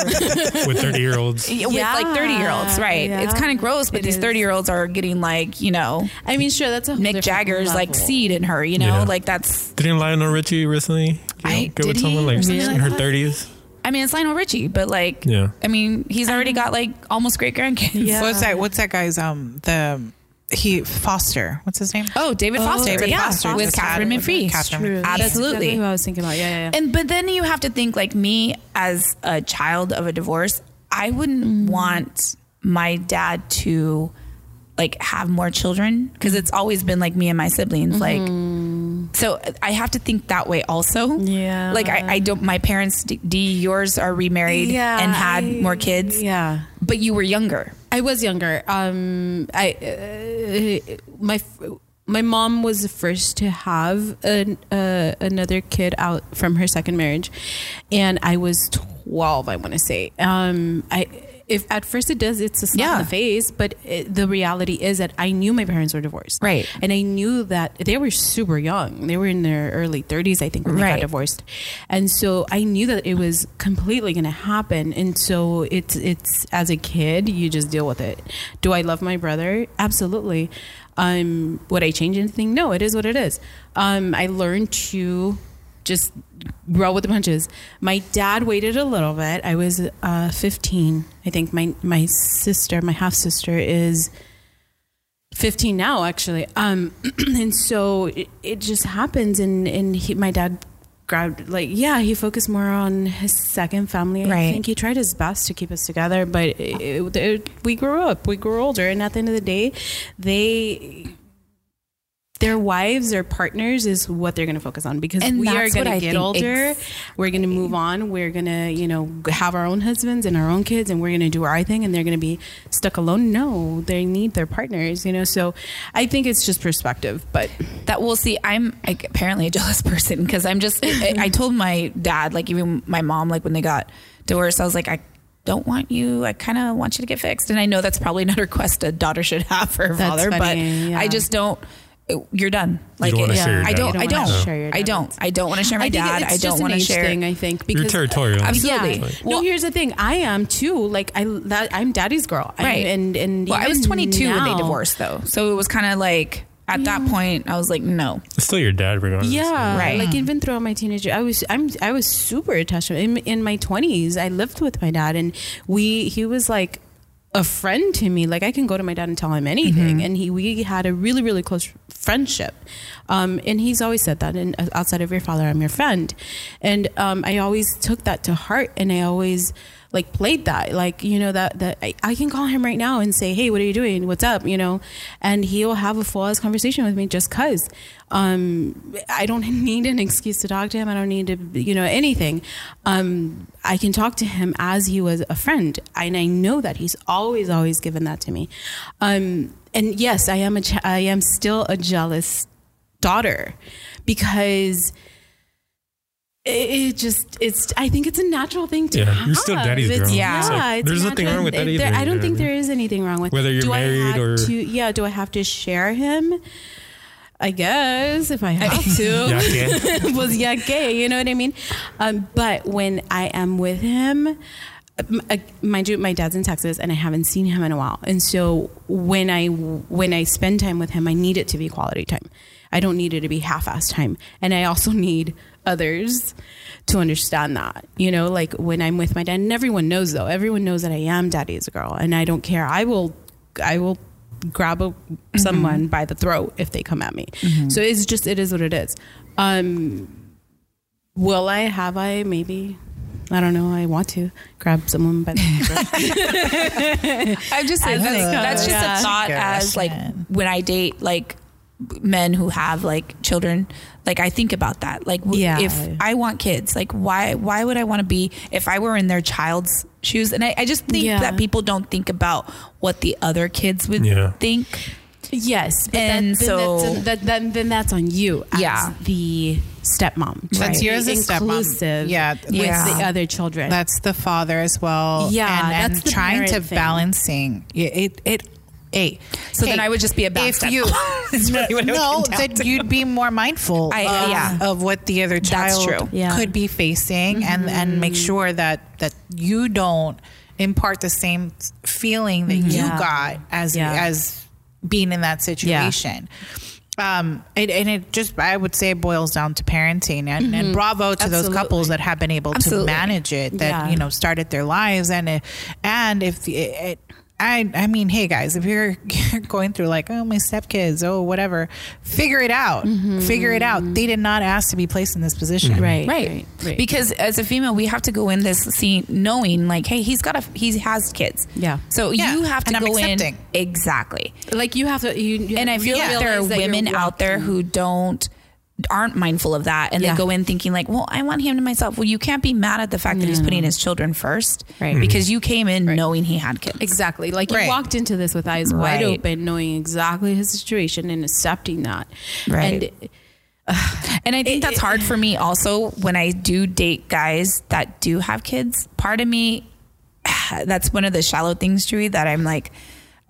D: With 30 year olds.
B: with like 30 year olds
A: Yeah,
B: right it's
A: yeah.
B: kind of gross but
A: It
B: these
A: is.
B: 30 year olds are getting like you know
A: I mean, sure, that's a whole
B: Mick
A: different
B: Jagger's like
A: level.
B: seed in her, you know?
D: Yeah.
B: Like that's
D: Didn't Lionel Richie recently you
B: I-
D: know, go
B: did
D: with someone
B: he?
D: like
B: Really?
D: in her 30s?
B: I mean it's Lionel Richie, but like
D: Yeah.
B: I mean, he's already got like almost great grandkids.
A: Yeah.
C: What's that? What's that guy's? Um, the he Foster. What's his name?
B: Oh, David Foster.
C: David
B: yeah,
C: Foster
B: with
C: just had
B: Catherine
C: it with
B: McPhee.
C: Catherine
A: True.
C: McPhee.
A: That's
B: Absolutely.
A: exactly what I was thinking about. Yeah, yeah, yeah.
B: And but then you have to think like me as a child of a divorce, I wouldn't want my dad to like have more children because it's always been like me and my siblings like so I have to think that way also.
A: Yeah.
B: Like I, I don't my parents D, D yours are remarried
A: Yeah,
B: and had
A: I-
B: more kids.
A: Yeah.
B: But you were younger.
A: I was younger. Um, I uh, my my mom was the first to have an, uh, another kid out from her second marriage, and I was twelve. I want to say. Um, I if at first it does, it's a slap in
B: Yeah.
A: the face, but it, the reality is that I knew my parents were divorced,
B: Right.
A: And I knew that they were super young. They were in their early thirties, I think, when they
B: Right.
A: got divorced, and so I knew that it was completely going to happen. And so it's it's as a kid, you just deal with it. Do I love my brother? Absolutely. Um, would I change anything? No. It is what it is. Um, I learned to just roll with the punches. My dad waited a little bit. I was uh, 15, I think. My my sister, my half sister, is 15 now actually um and so it, it just happens and and he, my dad grabbed like yeah he focused more on his second family i
B: Right.
A: think he tried his best to keep us together but it, it, it- we grew up we grew older and at the end of the day they their wives or partners is what they're going to focus on because
B: And
A: we are
B: that's
A: going
B: what
A: to
B: I
A: get
B: think
A: older.
B: ex-
A: we're going to move on. We're going to, you know, g- have our own husbands and our own kids and we're going to do our thing and they're going to be stuck alone. No, they need their partners, you know. So I think it's just perspective, but
B: That we'll see. I'm like, apparently a jealous person because I'm just. I, I told my dad, like even my mom, like when they got divorced, I was like, I don't want you. I kind of want you to get fixed, and I know that's probably not a request a daughter should have for her
A: That's
B: father, but
A: funny, yeah.
B: I just don't. You're done. Like
D: don't wanna
B: it-
A: share your
B: I
A: dad.
B: don't.
A: You
B: I
A: don't wanna
B: don't.
A: share your
B: I
A: dad.
B: don't. I don't want to share my
A: I think
B: dad.
A: it's
B: I
A: just
B: don't
A: an
B: want to
A: age
B: share.
A: thing, I think because
D: You're territorial.
B: Absolutely.
A: Yeah. no,
B: Well-
A: here's the thing. I am too. Like I, that, I'm daddy's girl. I'm-
B: Right.
A: and and
B: well, I was
A: even
B: 22 when
A: now-
B: they divorced, though, so it was kind of like at that point I was like, no.
D: It's still your dad, regardless.
A: Yeah,
B: Right.
A: Like even throughout my teenager, I was I'm I was super attached to him. In, in my twenties, I lived with my dad, and we he was like a friend to me. Like I can go to my dad and tell him anything, and he we had a really really close friendship. Um, and he's always said that. And uh, outside of your father, I'm your friend, and um, I always took that to heart, and I always like played that like you know that that I, I can call him right now and say hey what are you doing what's up you know and he'll have a full ass conversation with me just cuz um I don't need an excuse to talk to him I don't need to you know anything um I can talk to him as he was a friend and I know that he's always always given that to me um and yes I am a ch- I am still a jealous daughter because it, it just it's i think it's a natural thing to
D: Yeah,
A: have
D: you're still daddy's
A: It's-
D: girl.
A: yeah
D: It's like,
A: it's
D: there's
A: natural.
D: nothing wrong with that
A: It- there-
D: either,
A: i
D: you
A: don't
D: know
A: think
D: what I
A: there is anything wrong with
D: Whether you're
A: do I
D: married
A: have
D: or-
A: to, yeah do i have to share him i guess if i have to
D: Yeah, I can.
A: was yeah gay. You know what I mean? Um, but when I am with him, m- uh, mind you, my dad's in Texas, and I haven't seen him in a while. And so when I when I spend time with him, I need it to be quality time. I don't need it to be half-assed time, and I also need others to understand that. You know, like when I'm with my dad, and everyone knows though. Everyone knows that I am daddy's girl, and I don't care. I will, I will grab a,
B: Mm-hmm.
A: someone by the throat if they come at me. So it's just it is what it is. Um, will I? Have I? Maybe. I don't know. I want to grab someone by the throat.
B: I'm just saying
A: As
B: that's,
A: it
B: that's
A: goes.
B: just
A: Yeah.
B: a thought
C: Good
B: as like
C: question.
B: when I date like men who have like children, like I think about that. Like w-
A: Yeah.
B: if I want kids, like why why would I want to be if I were in their child's shoes? And I, I just think
A: Yeah.
B: that people don't think about what the other kids would
D: Yeah.
B: think.
A: yes, but
B: And
A: then
B: so-
A: that's, that, then then that's on you. As
B: Yeah.
A: the stepmom. to
B: That's
A: be
C: you as a stepmom.
A: inclusive
C: Yeah.
A: with
B: Yeah.
A: the other children.
C: That's the father as well.
A: Yeah,
C: and, and
A: that's the
C: trying
A: parent
C: to
A: thing.
C: balancing Yeah, it. It. Hey,
B: So then
C: hey,
B: I would just be a bad
C: if
B: stepmom.
C: you
B: That's really what it would
C: no,
B: come down
C: then
B: to.
C: you'd be more mindful.
B: I-
C: of,
B: yeah.
C: of what the other
B: That's
C: child
B: true. Mm-hmm.
A: Yeah.
C: could be facing, and and make sure that that you don't impart the same feeling that
A: Yeah.
C: you got as
A: Yeah.
C: as being in that situation. Um, it, and it just, I would say, it boils down to parenting, and, and bravo to those
A: Absolutely.
C: couples that have been able
B: Mm-hmm. Absolutely.
C: to manage it, that
A: Yeah.
C: you know started their lives, and it, and if it, it, I, I mean, hey guys, if you're going through like, oh my stepkids, oh whatever, figure it out, figure it out. They did not ask to be placed in this position,
A: Mm-hmm. right,
B: right. Because as a female, we have to go in this scene knowing, like, hey, he's got a he has kids.
A: Yeah.
B: So
C: Yeah.
B: you have to
C: And I'm
B: go in
C: accepting.
B: exactly.
A: like you have to. You, you
B: and I feel
A: realize
B: like there are
A: that you're
B: women out there
A: walking-
B: who don't aren't mindful of that and
A: Yeah.
B: they go in thinking like well i want him to myself well you can't be mad at the fact that he's putting
C: Mm.
B: his children first
C: Mm-hmm.
A: Right.
B: because you came in knowing he had kids
A: Exactly. Like
C: Right.
A: you walked into this with eyes wide
B: Right.
A: open, knowing exactly his situation and accepting that.
B: Right.
A: And
B: and i think that's hard for me also when i do date guys that do have kids part of me that's one of the shallow things Drewy, that i'm like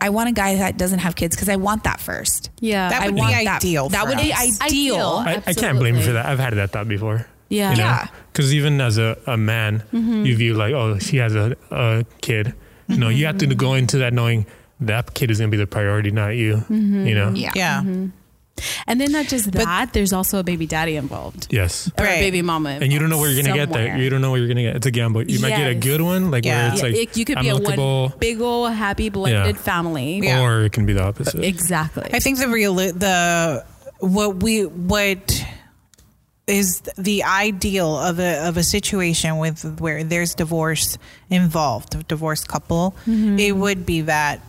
B: i want a guy that doesn't have kids because i want that first
A: yeah,
C: That
B: i
C: would be
B: want
C: ideal
B: that, that
C: for
B: would be
A: us.
B: ideal,
A: Ideal.
D: I, I can't blame you
A: Absolutely.
D: for that. I've had that thought before.
A: Yeah.
B: Yeah.
D: Because even as a, a man, you view like, oh, she has a, a kid. No, you have to go into that knowing that kid is going to be the priority, not you. You know?
B: yeah
C: Yeah,
A: Mm-hmm. and then not just that. there's also a baby daddy involved.
D: Yes.
A: Or a
C: Right.
A: baby mama,
D: And you don't know where you're going to get that.
A: somewhere.
D: You don't know where you're going to get. It's a gamble. You might get a
A: Yes.
D: good one, like
C: Yeah.
D: where it's
A: Yeah,
D: like,
A: it- you could
D: I'm
A: be a
D: lookable,
A: one big old happy blended
D: Yeah.
A: family.
C: Yeah.
D: or it can be the opposite.
A: Exactly.
C: I think the real the what we what is the ideal of a of a situation with where there's divorce involved, a divorced couple. It would be that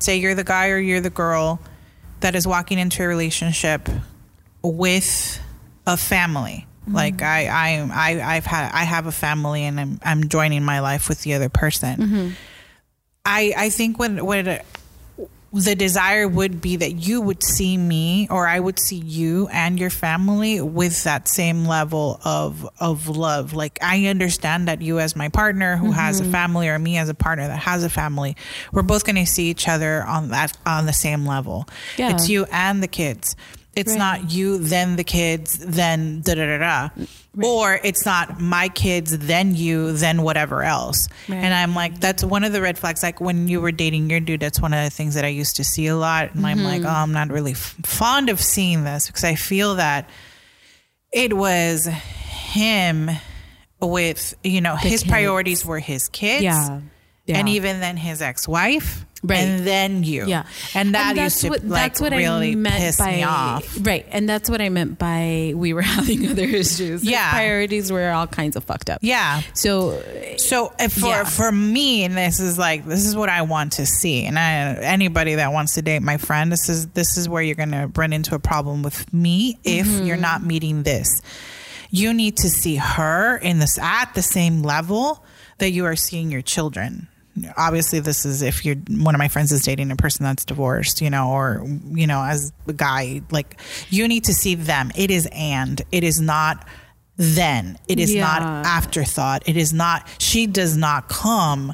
C: say you're the guy or you're the girl, that is walking into a relationship with a family. Like I, I, I, I've had, I have a family, and I'm, I'm joining my life with the other person. I, I think when, when it- the desire would be that you would see me, or I would see you and your family with that same level of, of love. Like I understand that you, as my partner who has a family, or me as a partner that has a family, we're both going to see each other on that, on the same level.
A: Yeah.
C: It's you and the kids. It's
A: Right.
C: not you, then the kids, then da da da da. Or it's not my kids, then you, then whatever else. And I'm like, that's one of the red flags. Like when you were dating your dude, that's one of the things that I used to see a lot. And I'm
A: Mm-hmm.
C: like, oh, I'm not really f- fond of seeing this because I feel that it was him with, you know, his
A: kids.
C: priorities were his kids.
A: Yeah. Yeah.
C: And even then his ex-wife.
A: Right.
C: And then you.
A: Yeah,
C: And that
A: that's
C: used to
A: what-
C: like
A: that's what I
C: really
A: meant
C: piss
A: by,
C: me off.
A: Right, and that's what I meant by we were having other issues. His
C: Yeah.
A: priorities were all kinds of fucked up.
C: Yeah.
A: So
C: So if for
A: Yeah.
C: for me, and this is like this is what I want to see, and I, anybody that wants to date my friend, this is this is where you're going to run into a problem with me if
A: Mm-hmm.
C: you're not meeting this. You need to see her in this at the same level that you are seeing your children. Obviously, this is if you're one of my friends is dating a person that's divorced, you know, or you know, as a guy, like you need to see them. It is and it is not then. It is not
A: Yeah.
C: afterthought. It is not, she does not come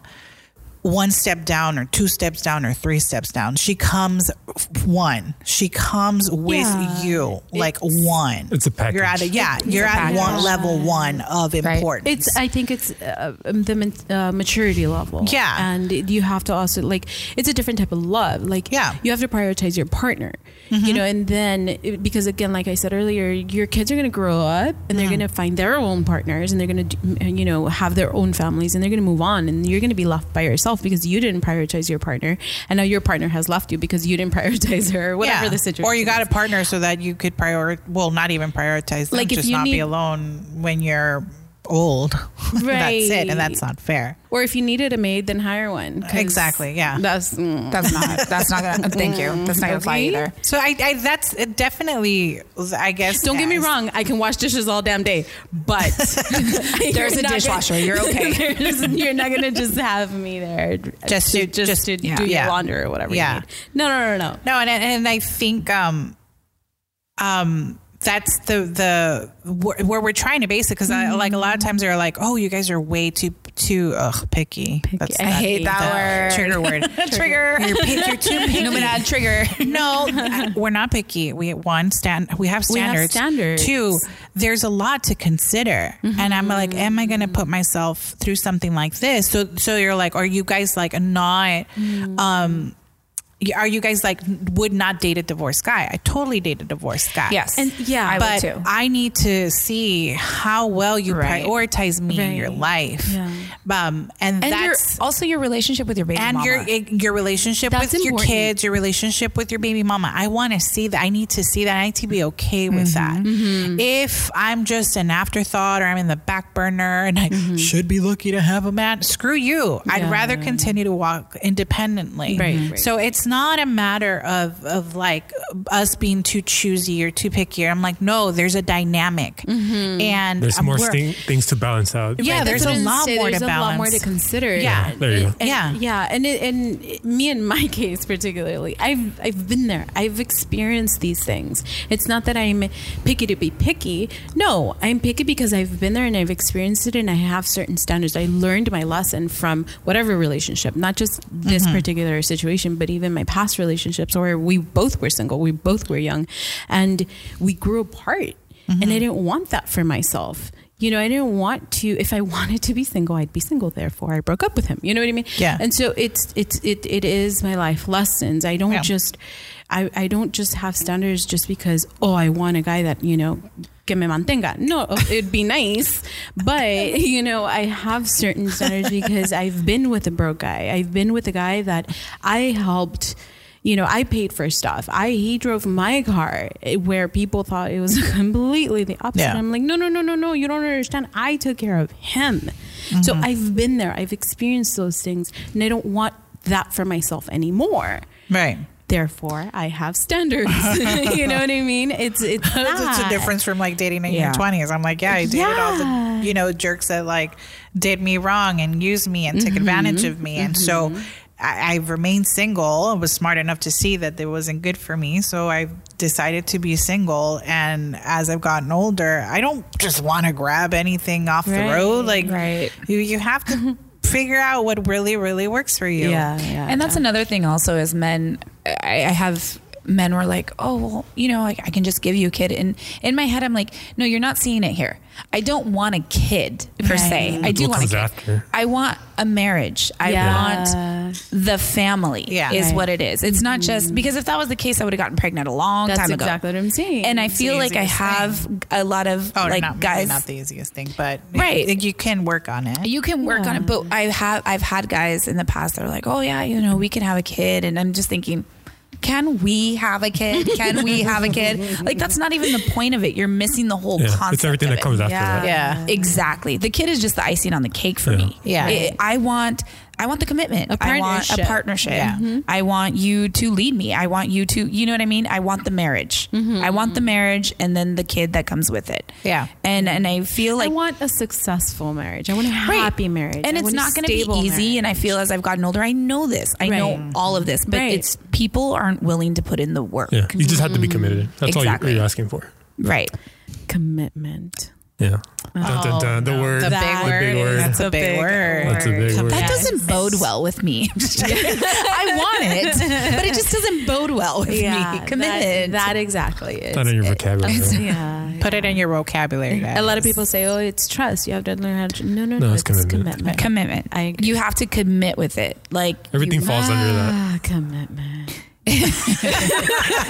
C: one step down or two steps down or three steps down. She comes f- one. She comes with
A: Yeah.
C: you like one.
D: It's a package.
C: You're at a, yeah, you're
B: a
C: at one
B: package.
C: level one of importance.
A: it's. I think it's uh, um, the men- uh, maturity level.
C: Yeah.
A: and it- you have to also like it's a different type of love. Like
C: Yeah. Mm-hmm.
A: you have to prioritize your partner. You know, and then it- because again, like I said earlier, your kids are going to grow up and they're going to find their own partners and they're going to you know have their own families and they're going to move on and you're going to be left by yourself because you didn't prioritize your partner and now your partner has left you because you didn't prioritize her. Whatever
C: Yeah.
A: the situation.
C: Or you got
A: is.
C: a partner so that you could prioritize, well, not even prioritize them,
A: Like, if
C: just
A: you
C: not be
A: need-
C: alone when you're old. that's it.
A: Right.
C: And that's not fair.
A: Or if you needed a maid, then hire one. 'cause
C: Exactly, yeah.
A: That's mm,
B: That's not. That's not gonna. Thank you. That's not gonna fly
A: Okay.
B: either.
C: So I, I that's it definitely, I guess.
A: Don't get me
C: yes.
A: wrong. I can wash dishes all damn day, but
B: There's a dishwasher. You're okay.
A: There's- you're not gonna just have me there
C: Just
A: to,
C: to-
A: just,
C: just-
A: to
B: yeah.
A: do
C: Yeah.
A: your laundry or whatever.
C: Yeah.
A: You need. No, no, no, no.
C: No, and and I think um, um, that's the the where, where we're trying to base it because I like a lot of times they're like, oh, you guys are way too too ugh, picky. That's
A: I
B: I
C: that
B: hate that word.
C: trigger word.
B: Trigger.
C: You're, pick, you're too picky.
B: Numenad trigger.
C: No, I- we're not picky. We one stand. We have
A: We have
C: standards.
A: standards.
C: Two, there's a lot to consider, and I'm like, am I going to put myself through something like this? So, so you're like, are you guys like not? Um, are you guys like would not date a divorced guy? I totally date a divorced guy.
B: Yes.
A: And- yeah.
B: I
C: But
B: would too.
C: I need to see how well you
B: Right.
C: prioritize me in your
A: Right.
C: life.
A: Yeah.
C: Um, and,
B: and your,
C: that's
B: also your relationship with your baby
C: and
B: mama.
C: your your relationship
A: That's
C: with
A: important.
C: your kids, your relationship with your baby mama. I want to see that. I need to see that. I need to be okay with that.
A: Mm-hmm.
C: If I'm just an afterthought or I'm in the back burner and I should be lucky to have a man, screw you. I'd
A: Mm-hmm. Yeah.
C: rather continue to walk independently.
A: Right, Mhm. right.
C: So it's not a matter of of like us being too choosy or too picky. I'm like, no, there's a dynamic,
A: Mm-hmm.
C: and
D: There's
C: um,
D: more
C: we're-
D: sting, things to balance out.
C: Yeah,
A: That's
C: there's
A: what
C: a
A: I was gonna
C: lot
A: say.
C: more
A: There's
C: to
A: a lot more
C: balance.
A: to consider.
C: Yeah.
D: There you go.
A: And-
C: Yeah.
A: yeah. And it, and it- me in my case particularly, I've I've been there. I've experienced these things. It's not that I'm picky to be picky. No, I'm picky because I've been there and I've experienced it, and I have certain standards. I learned my lesson from whatever relationship, not just this particular situation, but even my past relationships where we both were single, we both were young, and we grew apart. And I didn't want that for myself. You know, I didn't want to. If I wanted to be single, I'd be single. Therefore, I broke up with him. You know what I mean?
C: Yeah.
A: And so it's it's it it is my life lessons. I don't
C: Yeah.
A: just I I don't just have standards just because oh I want a guy that you know que me mantenga. No, oh, it'd be nice, but you know I have certain standards because I've been with a broke guy. I've been with a guy that I helped. You know, I paid for stuff. I he drove my car eh, where people thought it was completely the opposite.
C: Yeah.
A: I'm like, no, no, no, no, no. You don't understand. I took care of him. So I've been there. I've experienced those things, and I don't want that for myself anymore.
C: right.
A: Therefore, I have standards. you know what I mean? It's it's
C: It's just a
A: that.
C: difference from like dating in
B: Ah. Yeah.
C: your twenties. I'm like, yeah, I dated all
A: Yeah.
C: the you know jerks that like did me wrong and used me and took
B: Mm-hmm.
C: advantage of me, and so I, I remained single. I was smart enough to see that it wasn't good for me, so I decided to be single. And as I've gotten older, I don't just want to grab anything off the
A: Right,
C: road. Like
B: right.
C: you, you have to figure out what really, really works for you.
A: Yeah, yeah.
B: and that's another thing also is men I, I have men were like oh well you know I, I can just give you a kid and in my head i'm like no you're not seeing it here i don't want a kid per se i do
D: What
B: want a
D: comes
B: kid
D: after?
B: i want a marriage i
A: Yeah.
B: want the family
C: Yeah.
B: is
A: Right.
B: what it is it's not just because if that was the case i would have gotten pregnant a long
A: That's
B: time ago
A: exactly what I'm saying.
B: and i feel
C: the
B: like i
C: easiest
B: have a lot of
C: Oh,
B: like
C: not, maybe
B: guys
C: not the easiest thing, but
B: Right.
C: you, you can work on it.
B: you can work on it, but I have I've had guys in the past that are like, oh yeah, you know, we can have a kid, and I'm just thinking, can we have a kid? Can we have a kid? Like that's not even the point of it. You're missing the whole
D: Yeah,
B: concept.
D: it's everything
B: of
D: that
B: it.
D: comes after
A: Yeah.
D: that.
C: Yeah.
B: Exactly. The kid is just the icing on the cake for
D: Yeah.
B: me.
C: Yeah.
B: It- I want I want the commitment.
A: A
B: I want a
A: partnership.
B: partnership. Mm-hmm.
C: Yeah.
B: I want you to lead me. I want you to you know what I mean? I want the marriage. I want the marriage and then the kid that comes with it.
C: Mm-hmm. Yeah.
B: And and I feel like
A: I want a successful marriage. I want a
B: Right.
A: happy marriage.
B: And it's not
A: going
B: going
A: to
B: to be easy. And I feel as I've gotten older, I know this. I know
A: Right.
B: all of this, but
A: Right.
B: it's people aren't willing to put in the work.
D: Yeah. You just have to be committed. That's all
B: Exactly.
D: you're, you're asking for.
B: Right.
A: commitment.
D: Yeah. Dun, dun, dun, the word.
C: Oh, The big
D: The big word.
C: That's a big word.
D: That's a big word.
B: That
D: Yes.
B: doesn't bode well with me. I want it, but it just doesn't bode well with me. Committed.
A: That, that exactly is.
D: Not in your vocabulary. though.
A: yeah.
C: Put it in your vocabulary. Guys.
A: A lot of people say, "Oh, it's trust. You have to learn how to." No, no,
D: No,
A: no.
D: it's commitment.
A: commitment.
B: commitment.
A: I agree.
B: You have to commit with it. Like
D: Everything
B: you-
D: falls under that.
A: Ah, commitment.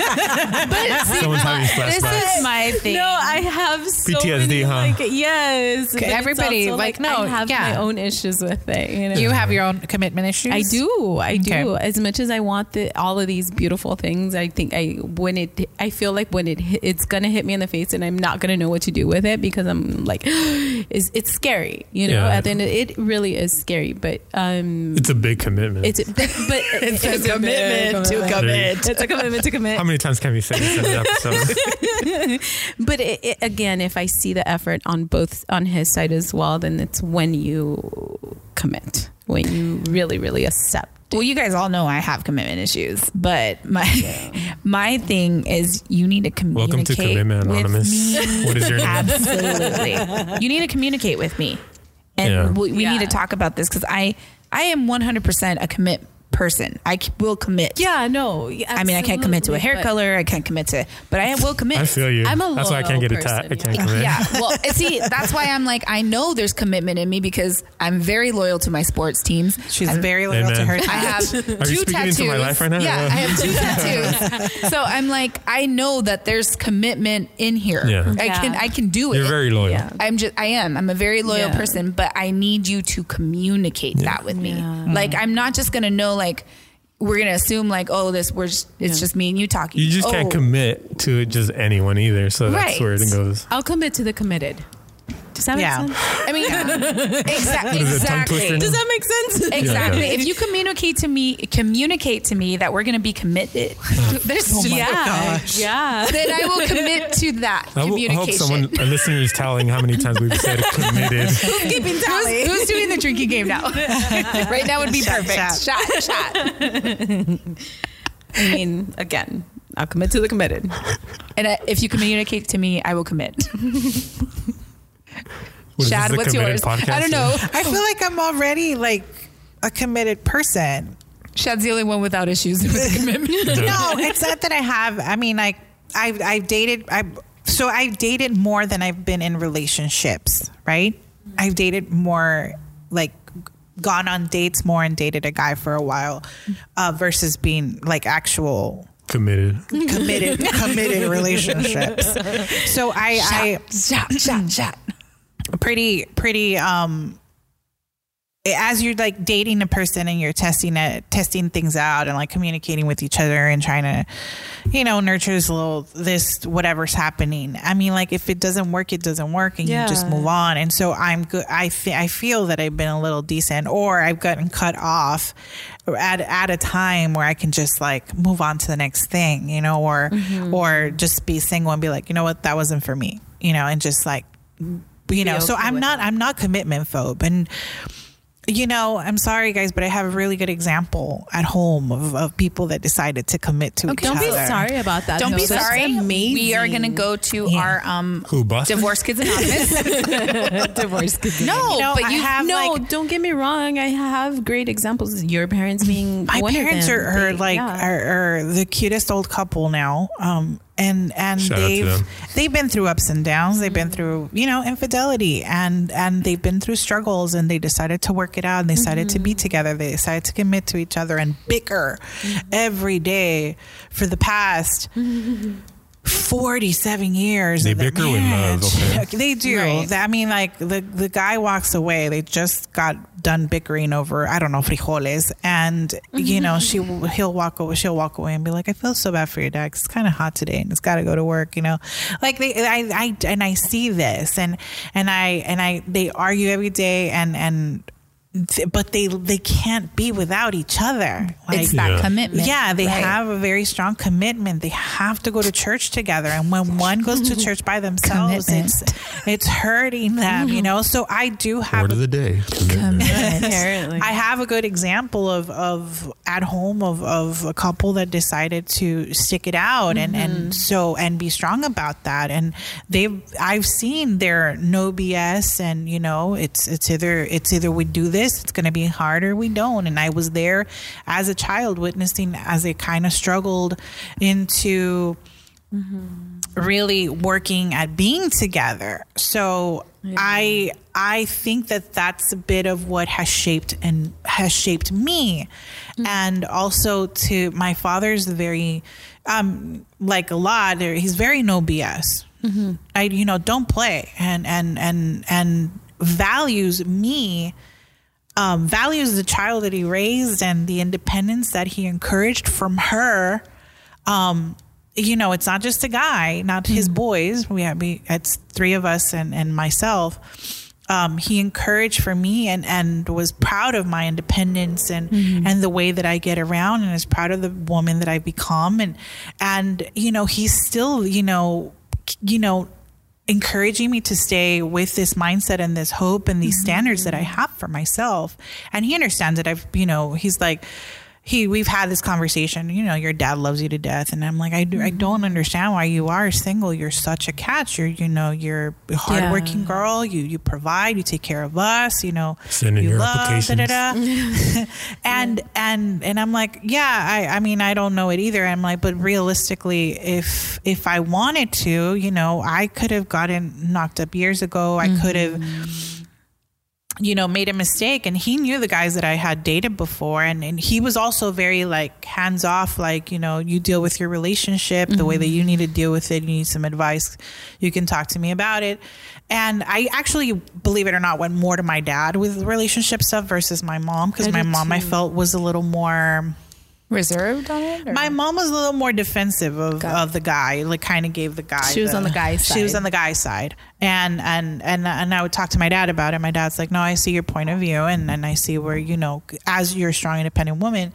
D: Someone's having
B: This
D: flashbacks.
B: is my thing.
A: No, I have so
D: PTSD,
A: many,
D: huh?
A: Like, yes, but it's
C: everybody,
A: also,
C: like, no,
A: I have
C: yeah.
A: my own issues with it. You know,
C: You have your own commitment issues.
A: I do. I do.
C: Okay.
A: As much as I want the, all of these beautiful things, I think I when it I feel like when it hit, it's gonna hit me in the face, and I'm not gonna know what to do with it because I'm like, it's it's scary. You know,
D: Yeah.
A: at the end, of, it really is scary. But um,
D: It's a big commitment.
A: it's but it's, a
B: commitment to
D: commit.
A: It's a commitment to commit.
D: How many times can we say this in an episode?
A: But it, it, again, if I see the effort on both on his side as well, then it's when you commit, when you really, really accept.
B: Well, you guys all know I have commitment issues, but my my thing is you need to communicate.
D: Welcome to Commitment
B: with
D: Anonymous.
B: me.
D: What is your name?
B: Absolutely, you need to communicate with me, and
D: Yeah.
B: we, we need
A: Yeah.
B: to talk about this because I I am one hundred percent a commit person. I c- will commit.
A: Yeah, no.
B: I mean I can't commit to a hair color. I can't commit to, but I will commit.
D: I feel you.
A: I'm a
D: That's why I can't
A: loyal
D: get a tat. I
A: person,
D: can't commit.
B: Yeah. Well, and see, that's why I'm like, I know there's commitment in me because I'm very loyal to my sports teams.
C: She's
B: I'm-
C: very loyal to
D: Amen.
C: her.
B: I have
D: Are you
B: two
D: speaking
B: tattoos.
D: into my life right now?
B: Yeah,
D: Yeah.
B: I have two tattoos. So I'm like, I know that there's commitment in here.
D: Yeah.
B: I
A: Yeah.
B: can I can do it.
D: You're very loyal.
A: Yeah.
B: I'm just I am. I'm a very loyal
A: Yeah.
B: person, but I need you to communicate that with me.
D: Mm-hmm.
A: Yeah.
B: Like I'm not just gonna know like we're gonna assume like, oh, this we're just, it's
A: Yeah.
B: just me and you talking.
D: You just can't
B: Oh,
D: commit to just anyone either. So that's
B: Right.
D: where it goes.
A: I'll commit to the committed. Does that
C: Yeah.
A: make sense?
B: I mean exa-
D: What is it, tongue
B: exactly.
D: twister?
A: Does that make sense?
B: Exactly.
D: Yeah.
B: If you communicate to me, communicate to me that we're going to be committed.
D: Oh
B: There's
A: yeah.
C: gosh.
A: Yeah.
B: then I will commit to that
D: I, will, I
B: communication.
D: hope someone, a listener, is telling how many times we've said committed.
B: who's, who's doing the drinking game now? right now would be
C: Shot,
B: perfect. Shot, shot.
A: I mean, again, I'll commit to the committed.
B: And uh, if you communicate to me, I will commit.
D: What is
B: Shad,
D: this, the
B: what's
D: committed
B: yours? I don't know.
C: I feel like I'm already like a committed person.
B: Shad's the only one without issues with commitment.
C: No, it's not that I have. I mean, like I've I've dated. I so I've dated more than I've been in relationships. Right? I've dated more, like gone on dates more and dated a guy for a while, uh, versus being like actual
D: Committed.
C: committed committed relationships. So I I
B: Shot, shot, shot.
C: pretty pretty um as you're like dating a person and you're testing it, testing things out and like communicating with each other and trying to, you know, nurture this little this whatever's happening. I mean, like if it doesn't work, it doesn't work, and you just
A: Yeah.
C: move on. And so I'm good. I fe- I feel that I've been a little decent, or I've gotten cut off at at a time where I can just like move on to the next thing, you know, or or just be single and be like, you know what, that wasn't for me, you know, and just like you know so
B: okay
C: i'm
B: with
C: not i'm not commitment phobe and you know i'm sorry guys but i have a really good example at home of, of people that decided to commit to each
A: Don't be
C: other
A: sorry about that.
B: Don't
A: though.
B: be
A: That's
B: sorry.
A: Amazing.
B: We are going to go to our um,
D: Who, Boston?
B: divorce kids anonymous.
A: divorce.
B: no,
C: You know,
B: but
C: I
B: you
C: have,
A: no,
C: like-
A: don't get me wrong. I have great examples. Your parents being
C: my
A: one of
C: parents
A: them.
C: are, are
A: They-
C: like
A: yeah.
C: are, are the cutest old couple now um and and
D: Shout out to
C: they've
D: them.
C: they've been through ups and downs they've
A: Mm-hmm.
C: been through you know infidelity and and they've been through struggles and they decided to work it out and they decided to be
A: Mm-hmm.
C: together they decided to commit to each other and bicker
A: Mm-hmm.
C: every day for the past 47 years
D: They
C: of their
D: bicker with love,
C: marriage.
D: okay.
C: they do
B: Right.
C: i mean like the, the guy walks away they just got done bickering over i don't know frijoles and you know she he'll walk away she'll walk away and be like i feel so bad for your dad 'cause it's kind of hot today and it's got to go to work you know like they I, I and i see this and and i and i they argue every day and and th- but they they can't be without each other like
B: it's that
D: Yeah.
B: commitment.
C: yeah, they
B: Right.
C: have a very strong commitment. They have to go to church together, and when one goes to church by themselves,
B: Commitment. Mm-hmm.
C: it's it's hurting them, you know. So I do have
D: Word of the day.
A: apparently.
C: I have a good example of, of at home of, of a couple that decided to stick it out and, and so and be strong about that. And they've I've seen their no BS and you know, it's it's either it's either we do this, it's gonna be hard or we don't. And I was there as a child witnessing as they kind of struggled into really working at being together. So I I think that that's a bit of what has shaped and has shaped me, and also to my father's very um like a lot. He's very no BS. I you know don't play and and and and values me um, values the child that he raised and the independence that he encouraged from her. Um, you know, it's not just a guy, not his boys. We have we, it's three of us and and myself. Um, he encouraged for me and and was proud of my independence and and the way that I get around and is proud of the woman that I become and and you know he's still you know c- you know encouraging me to stay with this mindset and this hope and these standards that I have for myself. And he understands that I've, you know, he's like, he, we've had this conversation, you know, your dad loves you to death. And I'm like, I, do, I don't understand why you are single. You're such a catch. You're, you know, you're a hardworking girl. You, you provide, you take care of us, you know,
D: Send in
C: you
D: your
C: love,
D: applications.
C: da-da-da. and, and, and I'm like, yeah, I, I mean, I don't know it either. I'm like, but realistically, if, if I wanted to, you know, I could have gotten knocked up years ago. I could have, you know, made a mistake. And he knew the guys that I had dated before. And, and he was also very like hands off, like, you know, you deal with your relationship the way that
B: Mm-hmm.
C: you need to deal with it. You need some advice. You can talk to me about it. And I actually, believe it or not, went more to my dad with relationship stuff versus my mom because
A: I
C: my
A: did
C: mom I
A: too.
C: felt was a little more
B: reserved on it. or-
C: my mom was a little more defensive of,
B: Got it.
C: of the guy, like kind of gave the guy.
B: She was on the guy's
C: She was
B: side.
C: on the guy's side, and and and and I would talk to my dad about it. My dad's like, "No, I see your point of view, and and I see where you know, as you're a strong, independent woman,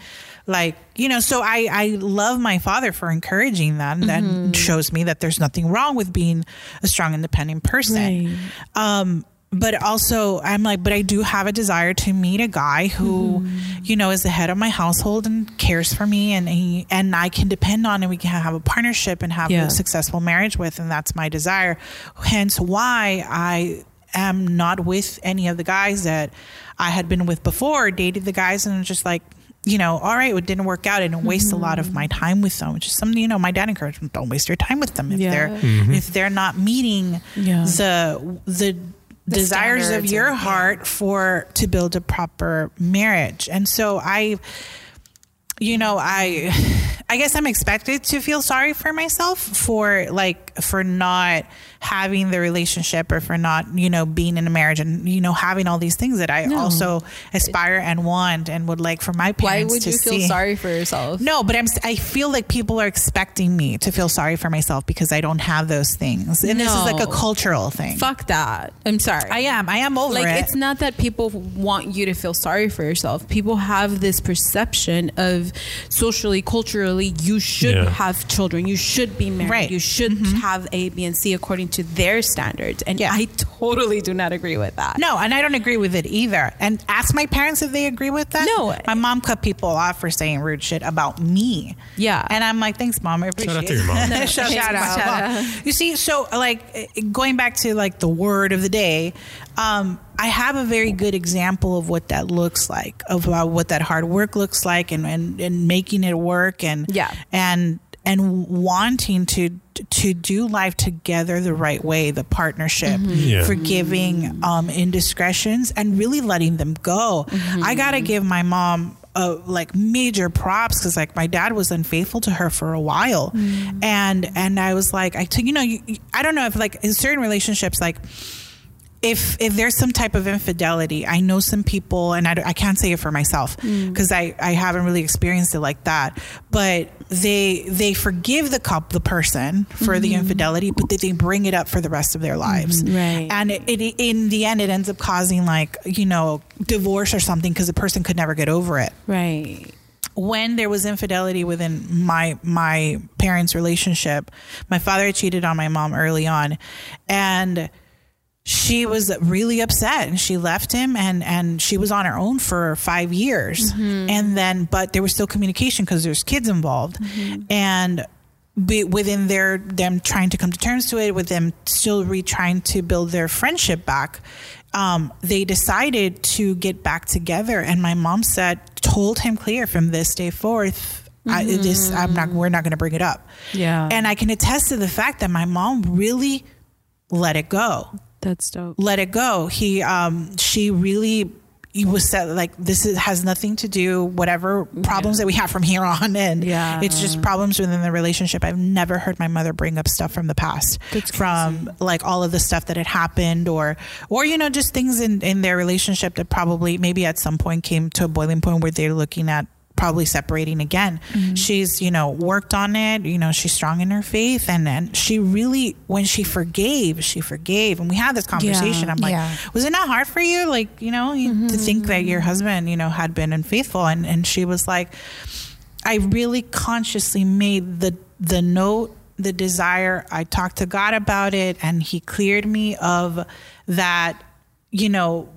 C: like you know." So I I love my father for encouraging that, and that shows me that there's nothing wrong with being a strong, independent person um but also i'm like but i do have a desire to meet a guy who you know is the head of my household and cares for me and he, and i can depend on and we can have a partnership and have
A: Yeah.
C: a successful marriage with and that's my desire hence why i am not with any of the guys that i had been with before dated the guys and I'm just like you know, all right, it didn't work out, and it waste a lot of my time with them. Which is something, you know, my dad encouraged me: don't waste your time with them if
A: Yeah.
C: they're if they're not meeting
A: Yeah.
C: the the desires of
B: standards
C: your
B: and- yeah.
C: heart for to build a proper marriage. And so I you know, I I guess I'm expected to feel sorry for myself for like for not having the relationship or for not, you know, being in a marriage and you know having all these things that I also aspire and want and would like for my
E: Why
C: parents
E: would
C: to
E: you feel
C: see.
E: sorry for yourself?
C: No, but I'm. I feel like people are expecting me to feel sorry for myself because I don't have those things, and this is like
E: No.
C: a cultural thing.
E: Fuck that. I'm sorry.
C: I am. I am over
E: like
C: it.
E: it's not that people want you to feel sorry for yourself people have this perception of socially culturally you should
D: Yeah.
E: have children you should be married
C: Right. Mm-hmm.
E: you should have a b and c according to their standards and
C: Yeah.
E: i totally do not agree with that
C: No, and I don't agree with it either. And ask my parents if they agree with that.
E: No.
C: my mom cut people off for saying rude shit about me.
E: Yeah.
C: and I'm like, thanks, mom. I appreciate
D: Shout out to
C: it."
D: your mom.
C: shout, out, mom. You see, so like eh, going back to like the word of the day, um, I have a very good example of what that looks like, of uh, what that hard work looks like, and and, and making it work, and
E: Yeah.
C: and and wanting to to do life together the right way the partnership
E: Mm-hmm.
D: Yeah.
C: forgiving um indiscretions and really letting them go i gotta give my mom uh, like major props because like my dad was unfaithful to her for a while and and i was like i took you know you, you- i don't know if like in certain relationships like if if there's some type of infidelity, I know some people, and I, d- I can't say it for myself because I I haven't really experienced it like that. But they they forgive the cup the person for the infidelity, but they, they bring it up for the rest of their lives,
E: Right.
C: And it, it in the end it ends up causing like you know divorce or something because the person could never get over it
E: right
C: when there was infidelity within my my parents' relationship, my father had cheated on my mom early on, and she was really upset and she left him and and she was on her own for five years and then but there was still communication because there's kids involved and be within their them trying to come to terms to it with them still re trying to build their friendship back um, they decided to get back together and my mom said told him clear from this day forth I, this i'm not we're not going to bring it up
E: Yeah.
C: and i can attest to the fact that my mom really let it go
A: That's dope.
C: let it go. He, um, she really he was said like this is, has nothing to do whatever problems that we have from here on in.
E: Yeah.
C: it's just problems within the relationship. I've never heard my mother bring up stuff from the past, from like all of the stuff that had happened, or or you know just things in in their relationship that probably maybe at some point came to a boiling point where they're looking at probably separating again. She's, you know, worked on it, you know, she's strong in her faith and and she really when she forgave, she forgave. And we had this conversation. I'm like,
B: Yeah.
C: was it not hard for you like, you know, you, to think that your husband, you know, had been unfaithful and and she was like I really consciously made the the note, the desire. I talked to God about it, and He cleared me of that. You know,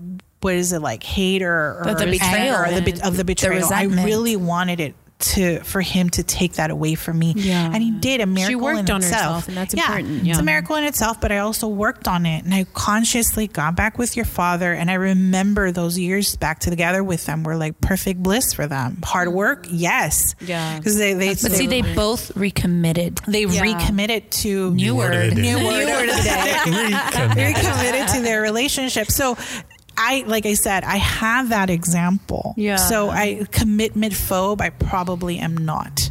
C: what is it like, hate or, or
B: The betrayal.
C: anger or the, be- of the betrayal? I
B: resentment.
C: really wanted it to for Him to take that away from me,
A: Yeah.
C: and He did a miracle.
A: worked
C: in
A: on
C: itself.
A: herself, and that's important.
C: It's
A: Yeah.
C: a miracle in itself, but I also worked on it, and I consciously got back with your father, and I remember those years back together with them were like perfect bliss for them. Hard work, yes,
A: Yeah.
C: because they they,
B: But see,
C: they,
B: they both recommitted.
C: they
A: Yeah.
C: recommitted to
D: New word of the day.
C: new
D: New
C: word, of the day.
D: Reconnect.
C: recommitted to their relationship. So. I like I said, I have that example.
A: Yeah.
C: So I commitment phobe. I probably am not.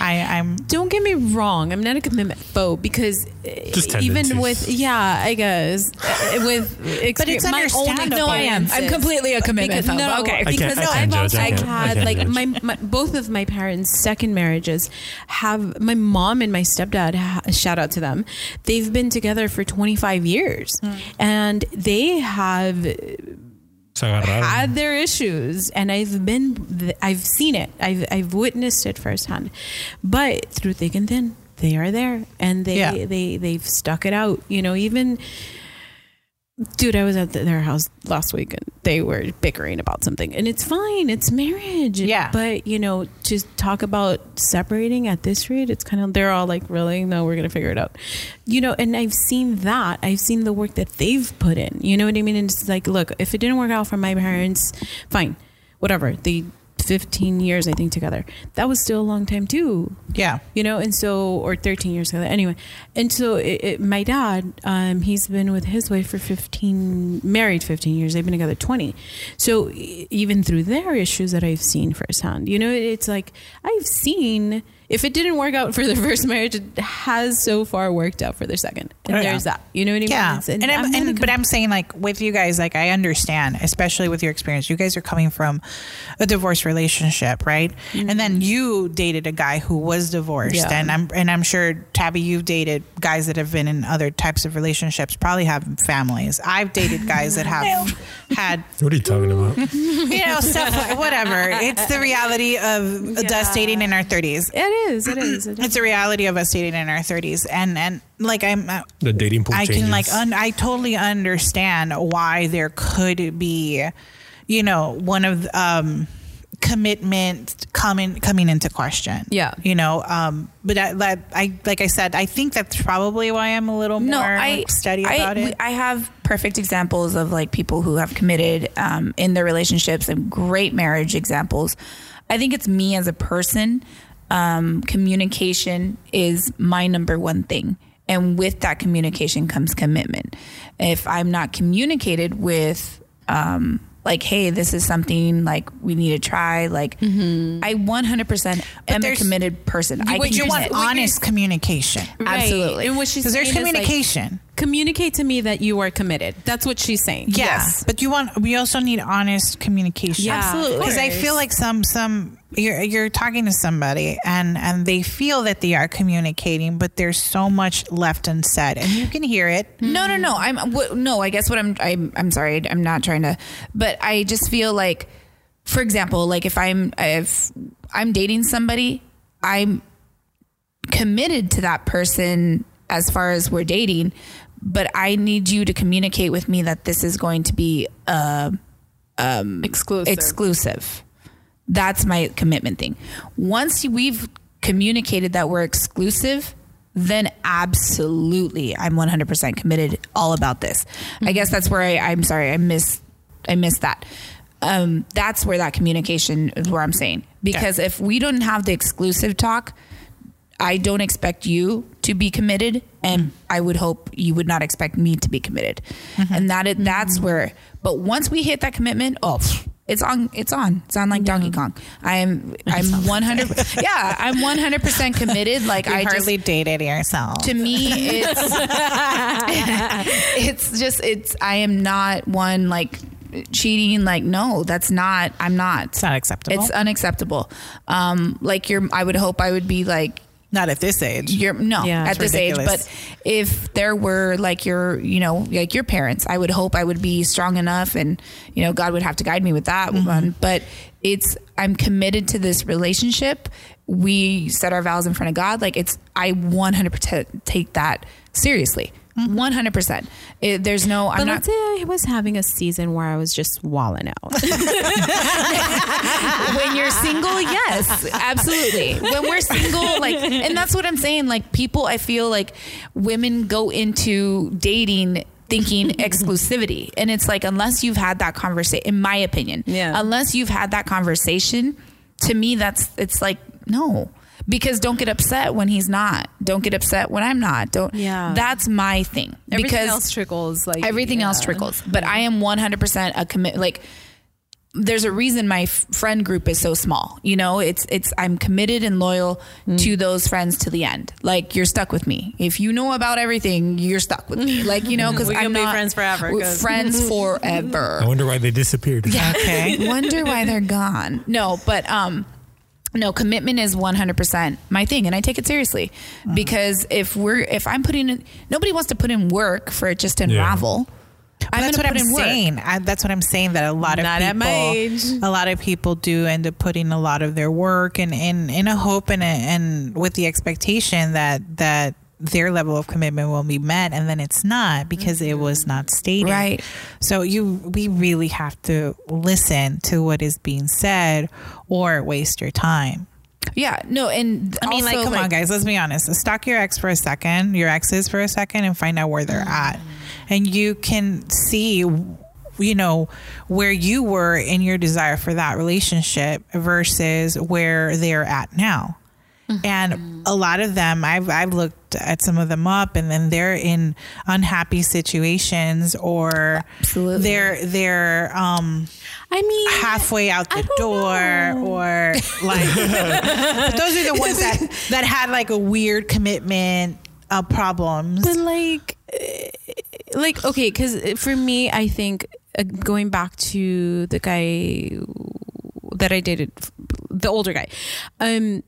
C: I, I'm
A: Don't get me wrong. I'm not a commitment phobe because
E: eh,
A: uh,
D: Just
A: even
D: tendencies.
A: with yeah, I guess uh, with
C: But it's
A: exper- my own
C: understandable.
A: experience-
C: No, I am.
B: I'm completely a commitment
A: because,
B: phobe.
A: No,
B: Okay. I
D: can't-
A: because
D: I
A: no,
D: can't
A: I've
D: judge.
A: also
D: I
A: I've
D: can't- I
A: had
D: can't
A: like
D: judge.
A: my, my both of my parents' second marriages have my mom and my stepdad. Ha, shout out to them. They've been together for 25 years,
D: Hmm.
A: and they have
D: Se agarraron.
A: had their issues and I've been I've seen it I've I've witnessed it firsthand but through thick and thin they are there and they
C: Yeah.
A: they they've stuck it out you know even dude I was at their house last week and they were bickering about something and it's fine it's marriage
C: Yeah.
A: but you know to talk about separating at this rate it's kind of they're all like really no we're gonna figure it out you know and I've seen that I've seen the work that they've put in you know what I mean and it's like look if it didn't work out for my parents fine whatever the 15 years I think together that was still a long time too
C: yeah.
A: you know and so or 13 years ago anyway and so it, it, my dad um, he's been with his wife for 15 married 15 years they've been together 20 so e- even through their issues that i've seen firsthand you know it's like i've seen if it didn't work out for their first marriage, it has so far worked out for their second. And
C: Oh, yeah.
A: there's that. You know what I mean?
C: Yeah,
A: It's-
C: and, I'm,
A: not
C: and-
A: a
C: but I'm saying like with you guys, like I understand, especially with your experience. You guys are coming from a divorced relationship, right? And then you dated a guy who was divorced,
A: Yeah.
C: and I'm and I'm sure Tabby, you've dated guys that have been in other types of relationships, probably have families. I've dated guys that have had
D: What are you talking about?
C: you know stuff like whatever. It's the reality of us dating in our 30s.
A: it is. It is. It is.
C: It's the reality of us dating in our 30s, and and like I'm. Uh,
D: The dating pool
C: I
D: changes.
C: can like un- I totally understand why there could be, you know, one of the, um commitment coming coming into question.
A: Yeah.
C: you know, um, but I, like I like I said, I think that's probably why I'm a little
B: no,
C: more
B: I
C: steady
B: I,
C: about
B: we-
C: it.
B: I have perfect examples of like people who have committed um, in their relationships and great marriage examples. I think it's me as a person. Um, communication is my number one thing, and with that communication comes commitment. If I'm not communicated with, um, like, hey, this is something like we need to try. Like, I 100% am a
C: Mm-hmm. there's-
B: committed person. I
C: but
B: can
C: you want
B: commit.
C: honest communication
A: Right.
B: Absolutely.
A: And what she's
C: because there's
A: saying is, like,
C: communication.
A: communicate to me that you are committed. That's what she's saying.
C: Yeah,
B: Yes.
C: but you want we also need honest communication.
A: Yeah, Absolutely. of
C: Because I feel
A: course.
C: like some some you're you're talking to somebody and and they feel that they are communicating, but there's so much left unsaid, and you can hear it.
B: No, no, no. I'm w- no. I guess what I'm, I'm. I'm sorry. I'm not trying to. But I just feel like, for example, like if I'm if I'm dating somebody, I'm committed to that person as far as we're dating. But I need you to communicate with me that this is going to be
A: Exclusive.
B: exclusive. That's my commitment thing. Once we've communicated that we're exclusive, then absolutely, I'm 100% committed all about this. I guess that's where I, I'm sorry, I miss, I missed that. Um, that's where that communication is where I'm saying, because if we don't have the exclusive talk, I don't expect you to be committed, and I would hope you would not expect me to be committed.
C: Mm-hmm.
B: And that it, that's where. But once we hit that commitment, oh, pff, it's on. It's on. It's on like Donkey Kong. I am. I'm 100. yeah, I'm 100 percent committed. Like
C: You
B: I just
C: hardly dated yourself.
B: to me it's it's just it's I am not one like cheating like no that's not I'm not
C: It's not acceptable.
B: it's unacceptable um like you're I would hope I would be like
C: not at this age.
B: you're no
A: Yeah.
B: at
A: It's
B: this age
C: ridiculous.
B: but if there were like your you know like your parents i would hope i would be strong enough and you know god would have to guide me with that
A: Mm-hmm.
B: one but it's i'm committed to this relationship we set our vows in front of god like it's i 100% take that seriously 100% it, there's no i'm
A: Mm-hmm. But
B: not
A: let's say I was having a season where I was just walling out.
B: when you're single, yes, absolutely. When we're single, like, and that's what I'm saying. Like, people, I feel like women go into dating thinking exclusivity. And it's like, unless you've had that conversation, in my opinion,
A: Yeah.
B: unless you've had that conversation, to me, that's, it's like, no. Because don't get upset when he's not. Don't get upset when I'm not. Don't.
A: Yeah.
B: That's my thing.
A: everything
B: because
A: else trickles. Like
B: everything else
A: yeah.
B: trickles but i am 100% a commit like there's a reason my f- friend group is so small you know it's it's i'm committed and loyal
E: Mm.
B: to those friends to the end like you're stuck with me if you know about everything you're stuck with me like you know because
E: We can
B: i'm
E: be
B: not
E: friends forever,
B: we're
E: 'cause-
B: friends forever
D: I wonder why they disappeared.
C: Okay.
B: wonder why they're gone. No, but um no, commitment is 100% my thing and I take it seriously
C: Mm.
B: because if we're if I'm putting in nobody wants to put in work for it just to
D: Yeah.
B: unravel. I'm
C: that's
B: gonna
C: what
B: put
C: I'm
B: in work.
C: saying. I, that's what I'm saying. That a lot of
E: Not
C: people,
E: at my age.
C: a lot of people do end up putting a lot of their work and in in a hope and a, and with the expectation that that their level of commitment will be met, and then it's not because it was not stated.
B: Mm-hmm. Right.
C: So you, we really have to listen to what is being said, or waste your time.
B: Yeah, no, and
C: I mean, like, come on, guys, let's be honest. Stalk your ex for a second, your exes for a second, and find out where they're at. And you can see, you know, where you were in your desire for that relationship versus where they're at now. And a lot of them, I've, I've looked to add some of them up and then they're in unhappy situations or
B: Absolutely.
C: they're they're um
A: I mean,
C: halfway out
A: I
C: the
A: don't
C: door
A: know.
C: or like but those are the ones that that had like a weird commitment uh problems
A: but like eh, like okay because for me i think uh, going back to the guy that i dated the older guy um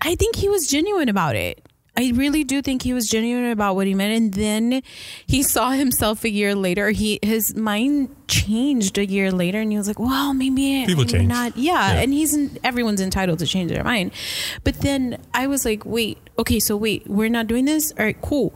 A: i think he was genuine about it I really do think he was genuine about what he meant, and then he saw himself a year later. He his mind changed a year later, and he was like, "Well, maybe
D: People
A: I'm
D: change.
A: not." Yeah,
D: Yeah.
A: and he's in, everyone's entitled to change their mind. But then I was like, wait, okay, so wait, we're not doing this. All right, cool.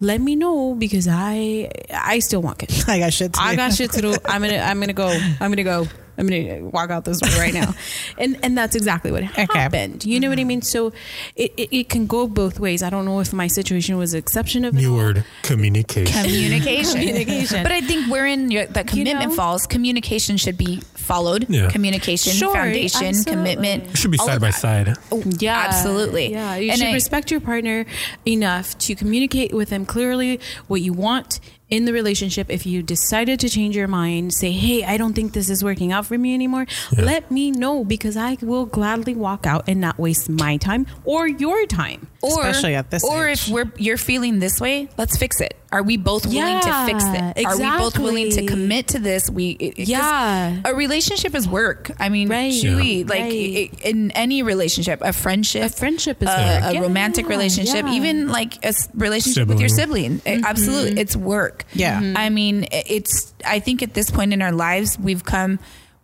A: Let me know because I I still want kids.
C: like i should
A: I got shit to do. I'm gonna I'm gonna go. I'm gonna go. I'm gonna walk out this door right now. and and that's exactly what happened. You know
B: Mm-hmm.
A: what I mean? So it, it, it can go both ways. I don't know if my situation was exception of it
D: New
A: all.
D: word communication.
B: communication.
A: Communication.
B: But I think we're in your, that
A: You know?
B: commitment falls. Communication should be followed.
D: Yeah.
B: Communication,
A: Sure,
B: foundation,
A: absolutely.
B: commitment.
D: It should be
B: all
D: side
B: of
D: by
B: that.
D: side.
A: Oh, Yeah,
B: Absolutely.
A: Yeah, you
B: And
A: should
B: I-
A: respect your partner enough to communicate with them clearly what you want in the relationship. If you decided to change your mind, say, "Hey, I don't think this is working out for me anymore." Let me know because I will gladly walk out and not waste my time or your time.
B: Or,
C: Especially at this
B: or
C: age.
B: if we're you're feeling this way, let's fix it. Are we both willing
A: Yeah,
B: to fix it? Are we both willing to
A: exactly.
B: commit to this? We it- it- 'cause
A: Yeah.
B: A relationship is work. I mean,
A: Right.
B: Chewy,
A: Yeah.
B: like
A: Right.
B: i- in any relationship, a friendship,
A: A friendship is
B: a,
A: work.
B: a
A: Yeah,
B: romantic relationship,
A: yeah.
B: even like a s- relationship with your sibling. It-
A: Mm-hmm.
B: Absolutely, it's work. Mm-hmm.
C: Yeah. Mhm.
B: I mean, i- it's. I think at this point in our lives, we've come.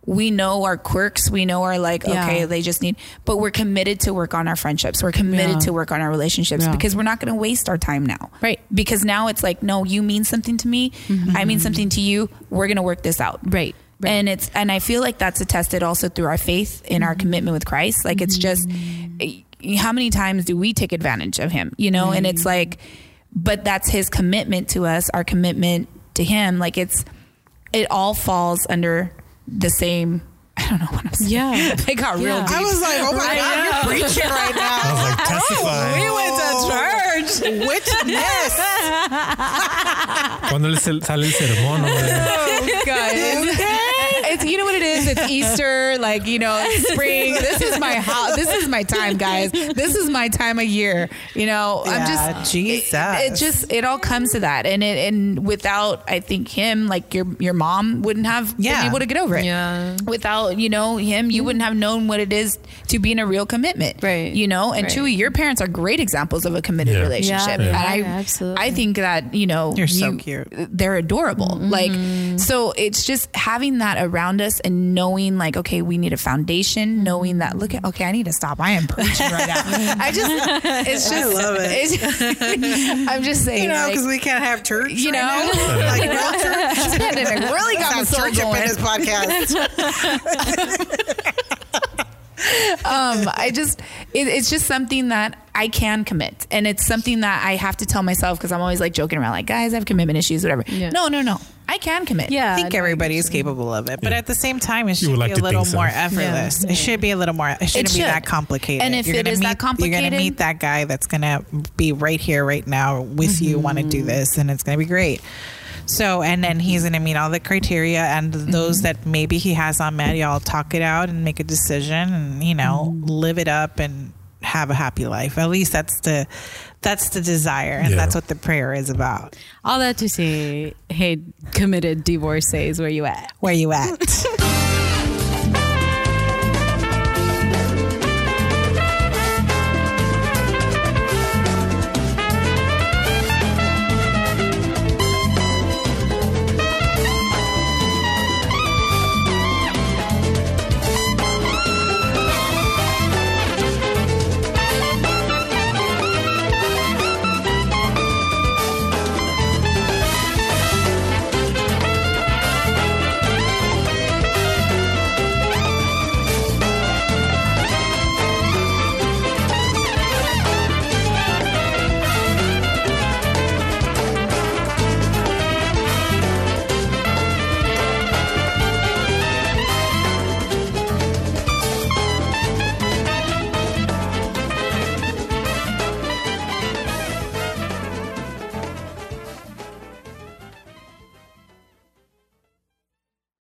B: We know our quirks. We know our like.
A: Yeah.
B: Okay, they just need. But we're committed to work on our friendships. We're committed
A: Yeah.
B: to work on our relationships
A: Yeah.
B: because we're not going to waste our time now.
A: Right. Mm-hmm.
B: Because now it's like, no, you mean something to me. I mean something to you. We're going to work this out.
A: Right, right.
B: And it's and I feel like that's attested also through our faith in
A: Mm-hmm.
B: our commitment with Christ. Like it's just eh, how many times do we take advantage of him, you know? And it's like but that's his commitment to us, our commitment to him. Like it's it all falls under the same I don't know what I'm saying.
A: Yeah.
B: It got real
A: Yeah.
B: deep.
C: I was like oh my god you're preaching right
D: I
C: now
D: was
B: Oh,
D: like testify.
C: went to church witness
D: Cuando le sal- sale el sermón, hombre?
B: Oh, It's you know what it is. It's Easter, like you know, it's spring. This is my ho- this is my time, guys. This is my time of year. You know,
C: Yeah,
B: I'm just
C: Jesus.
B: It, it just it all comes to that, and it and without I think him, like your your mom wouldn't have
C: Yeah.
B: been able to get over it.
E: Yeah.
B: Without you know him, you wouldn't have known what it is to be in a real commitment.
E: Right.
B: You know, and
E: Right.
B: Chewy, your parents are great examples of a committed
D: Yeah.
B: relationship.
A: Yeah,
B: And I
A: yeah, absolutely.
B: I think that you know
C: You're so cute.
B: they're adorable. Like so it's just having that around us and knowing like okay, we need a foundation, knowing that look at okay, I need to stop. I am preaching right now. I just it's just
C: love it.
B: it's- I'm just saying
C: you know
B: like,
C: because we can't have church
B: you
C: right
B: know?
C: now. like real church
B: and it really got my
C: Let's have
B: soul
C: church up in
B: going.
C: this podcast
B: um, I just, it, it's just something that I can commit. And it's something that I have to tell myself because I'm always like joking around, like, guys, I have commitment issues, whatever.
E: Yeah.
B: No, no, no. I can commit.
A: Yeah.
C: I think everybody is capable of it, but
D: Yeah.
C: at the same time, it should
D: would
C: be
D: like
C: a
D: to
C: little
D: think so.
C: more
D: Yeah.
C: effortless. It should be a little more. It shouldn't be
B: should.
C: that complicated.
B: And if
C: you're
B: it
C: gonna
B: is that
C: meet, you're
B: complicated-
C: gonna meet that guy that's gonna be right here, right now with you, want to do
B: Mm-hmm.
C: this, and it's gonna be great. So, and then he's gonna meet all the criteria and
B: Mm-hmm.
C: those that maybe he has on met. Y'all talk it out and make a decision, and you know,
B: Mm-hmm.
C: live it up and have a happy life. At least that's the that's the desire, and
D: Yeah.
C: that's what the prayer is about.
A: All that to say, hey, committed divorcees, where you at?
C: Where you at?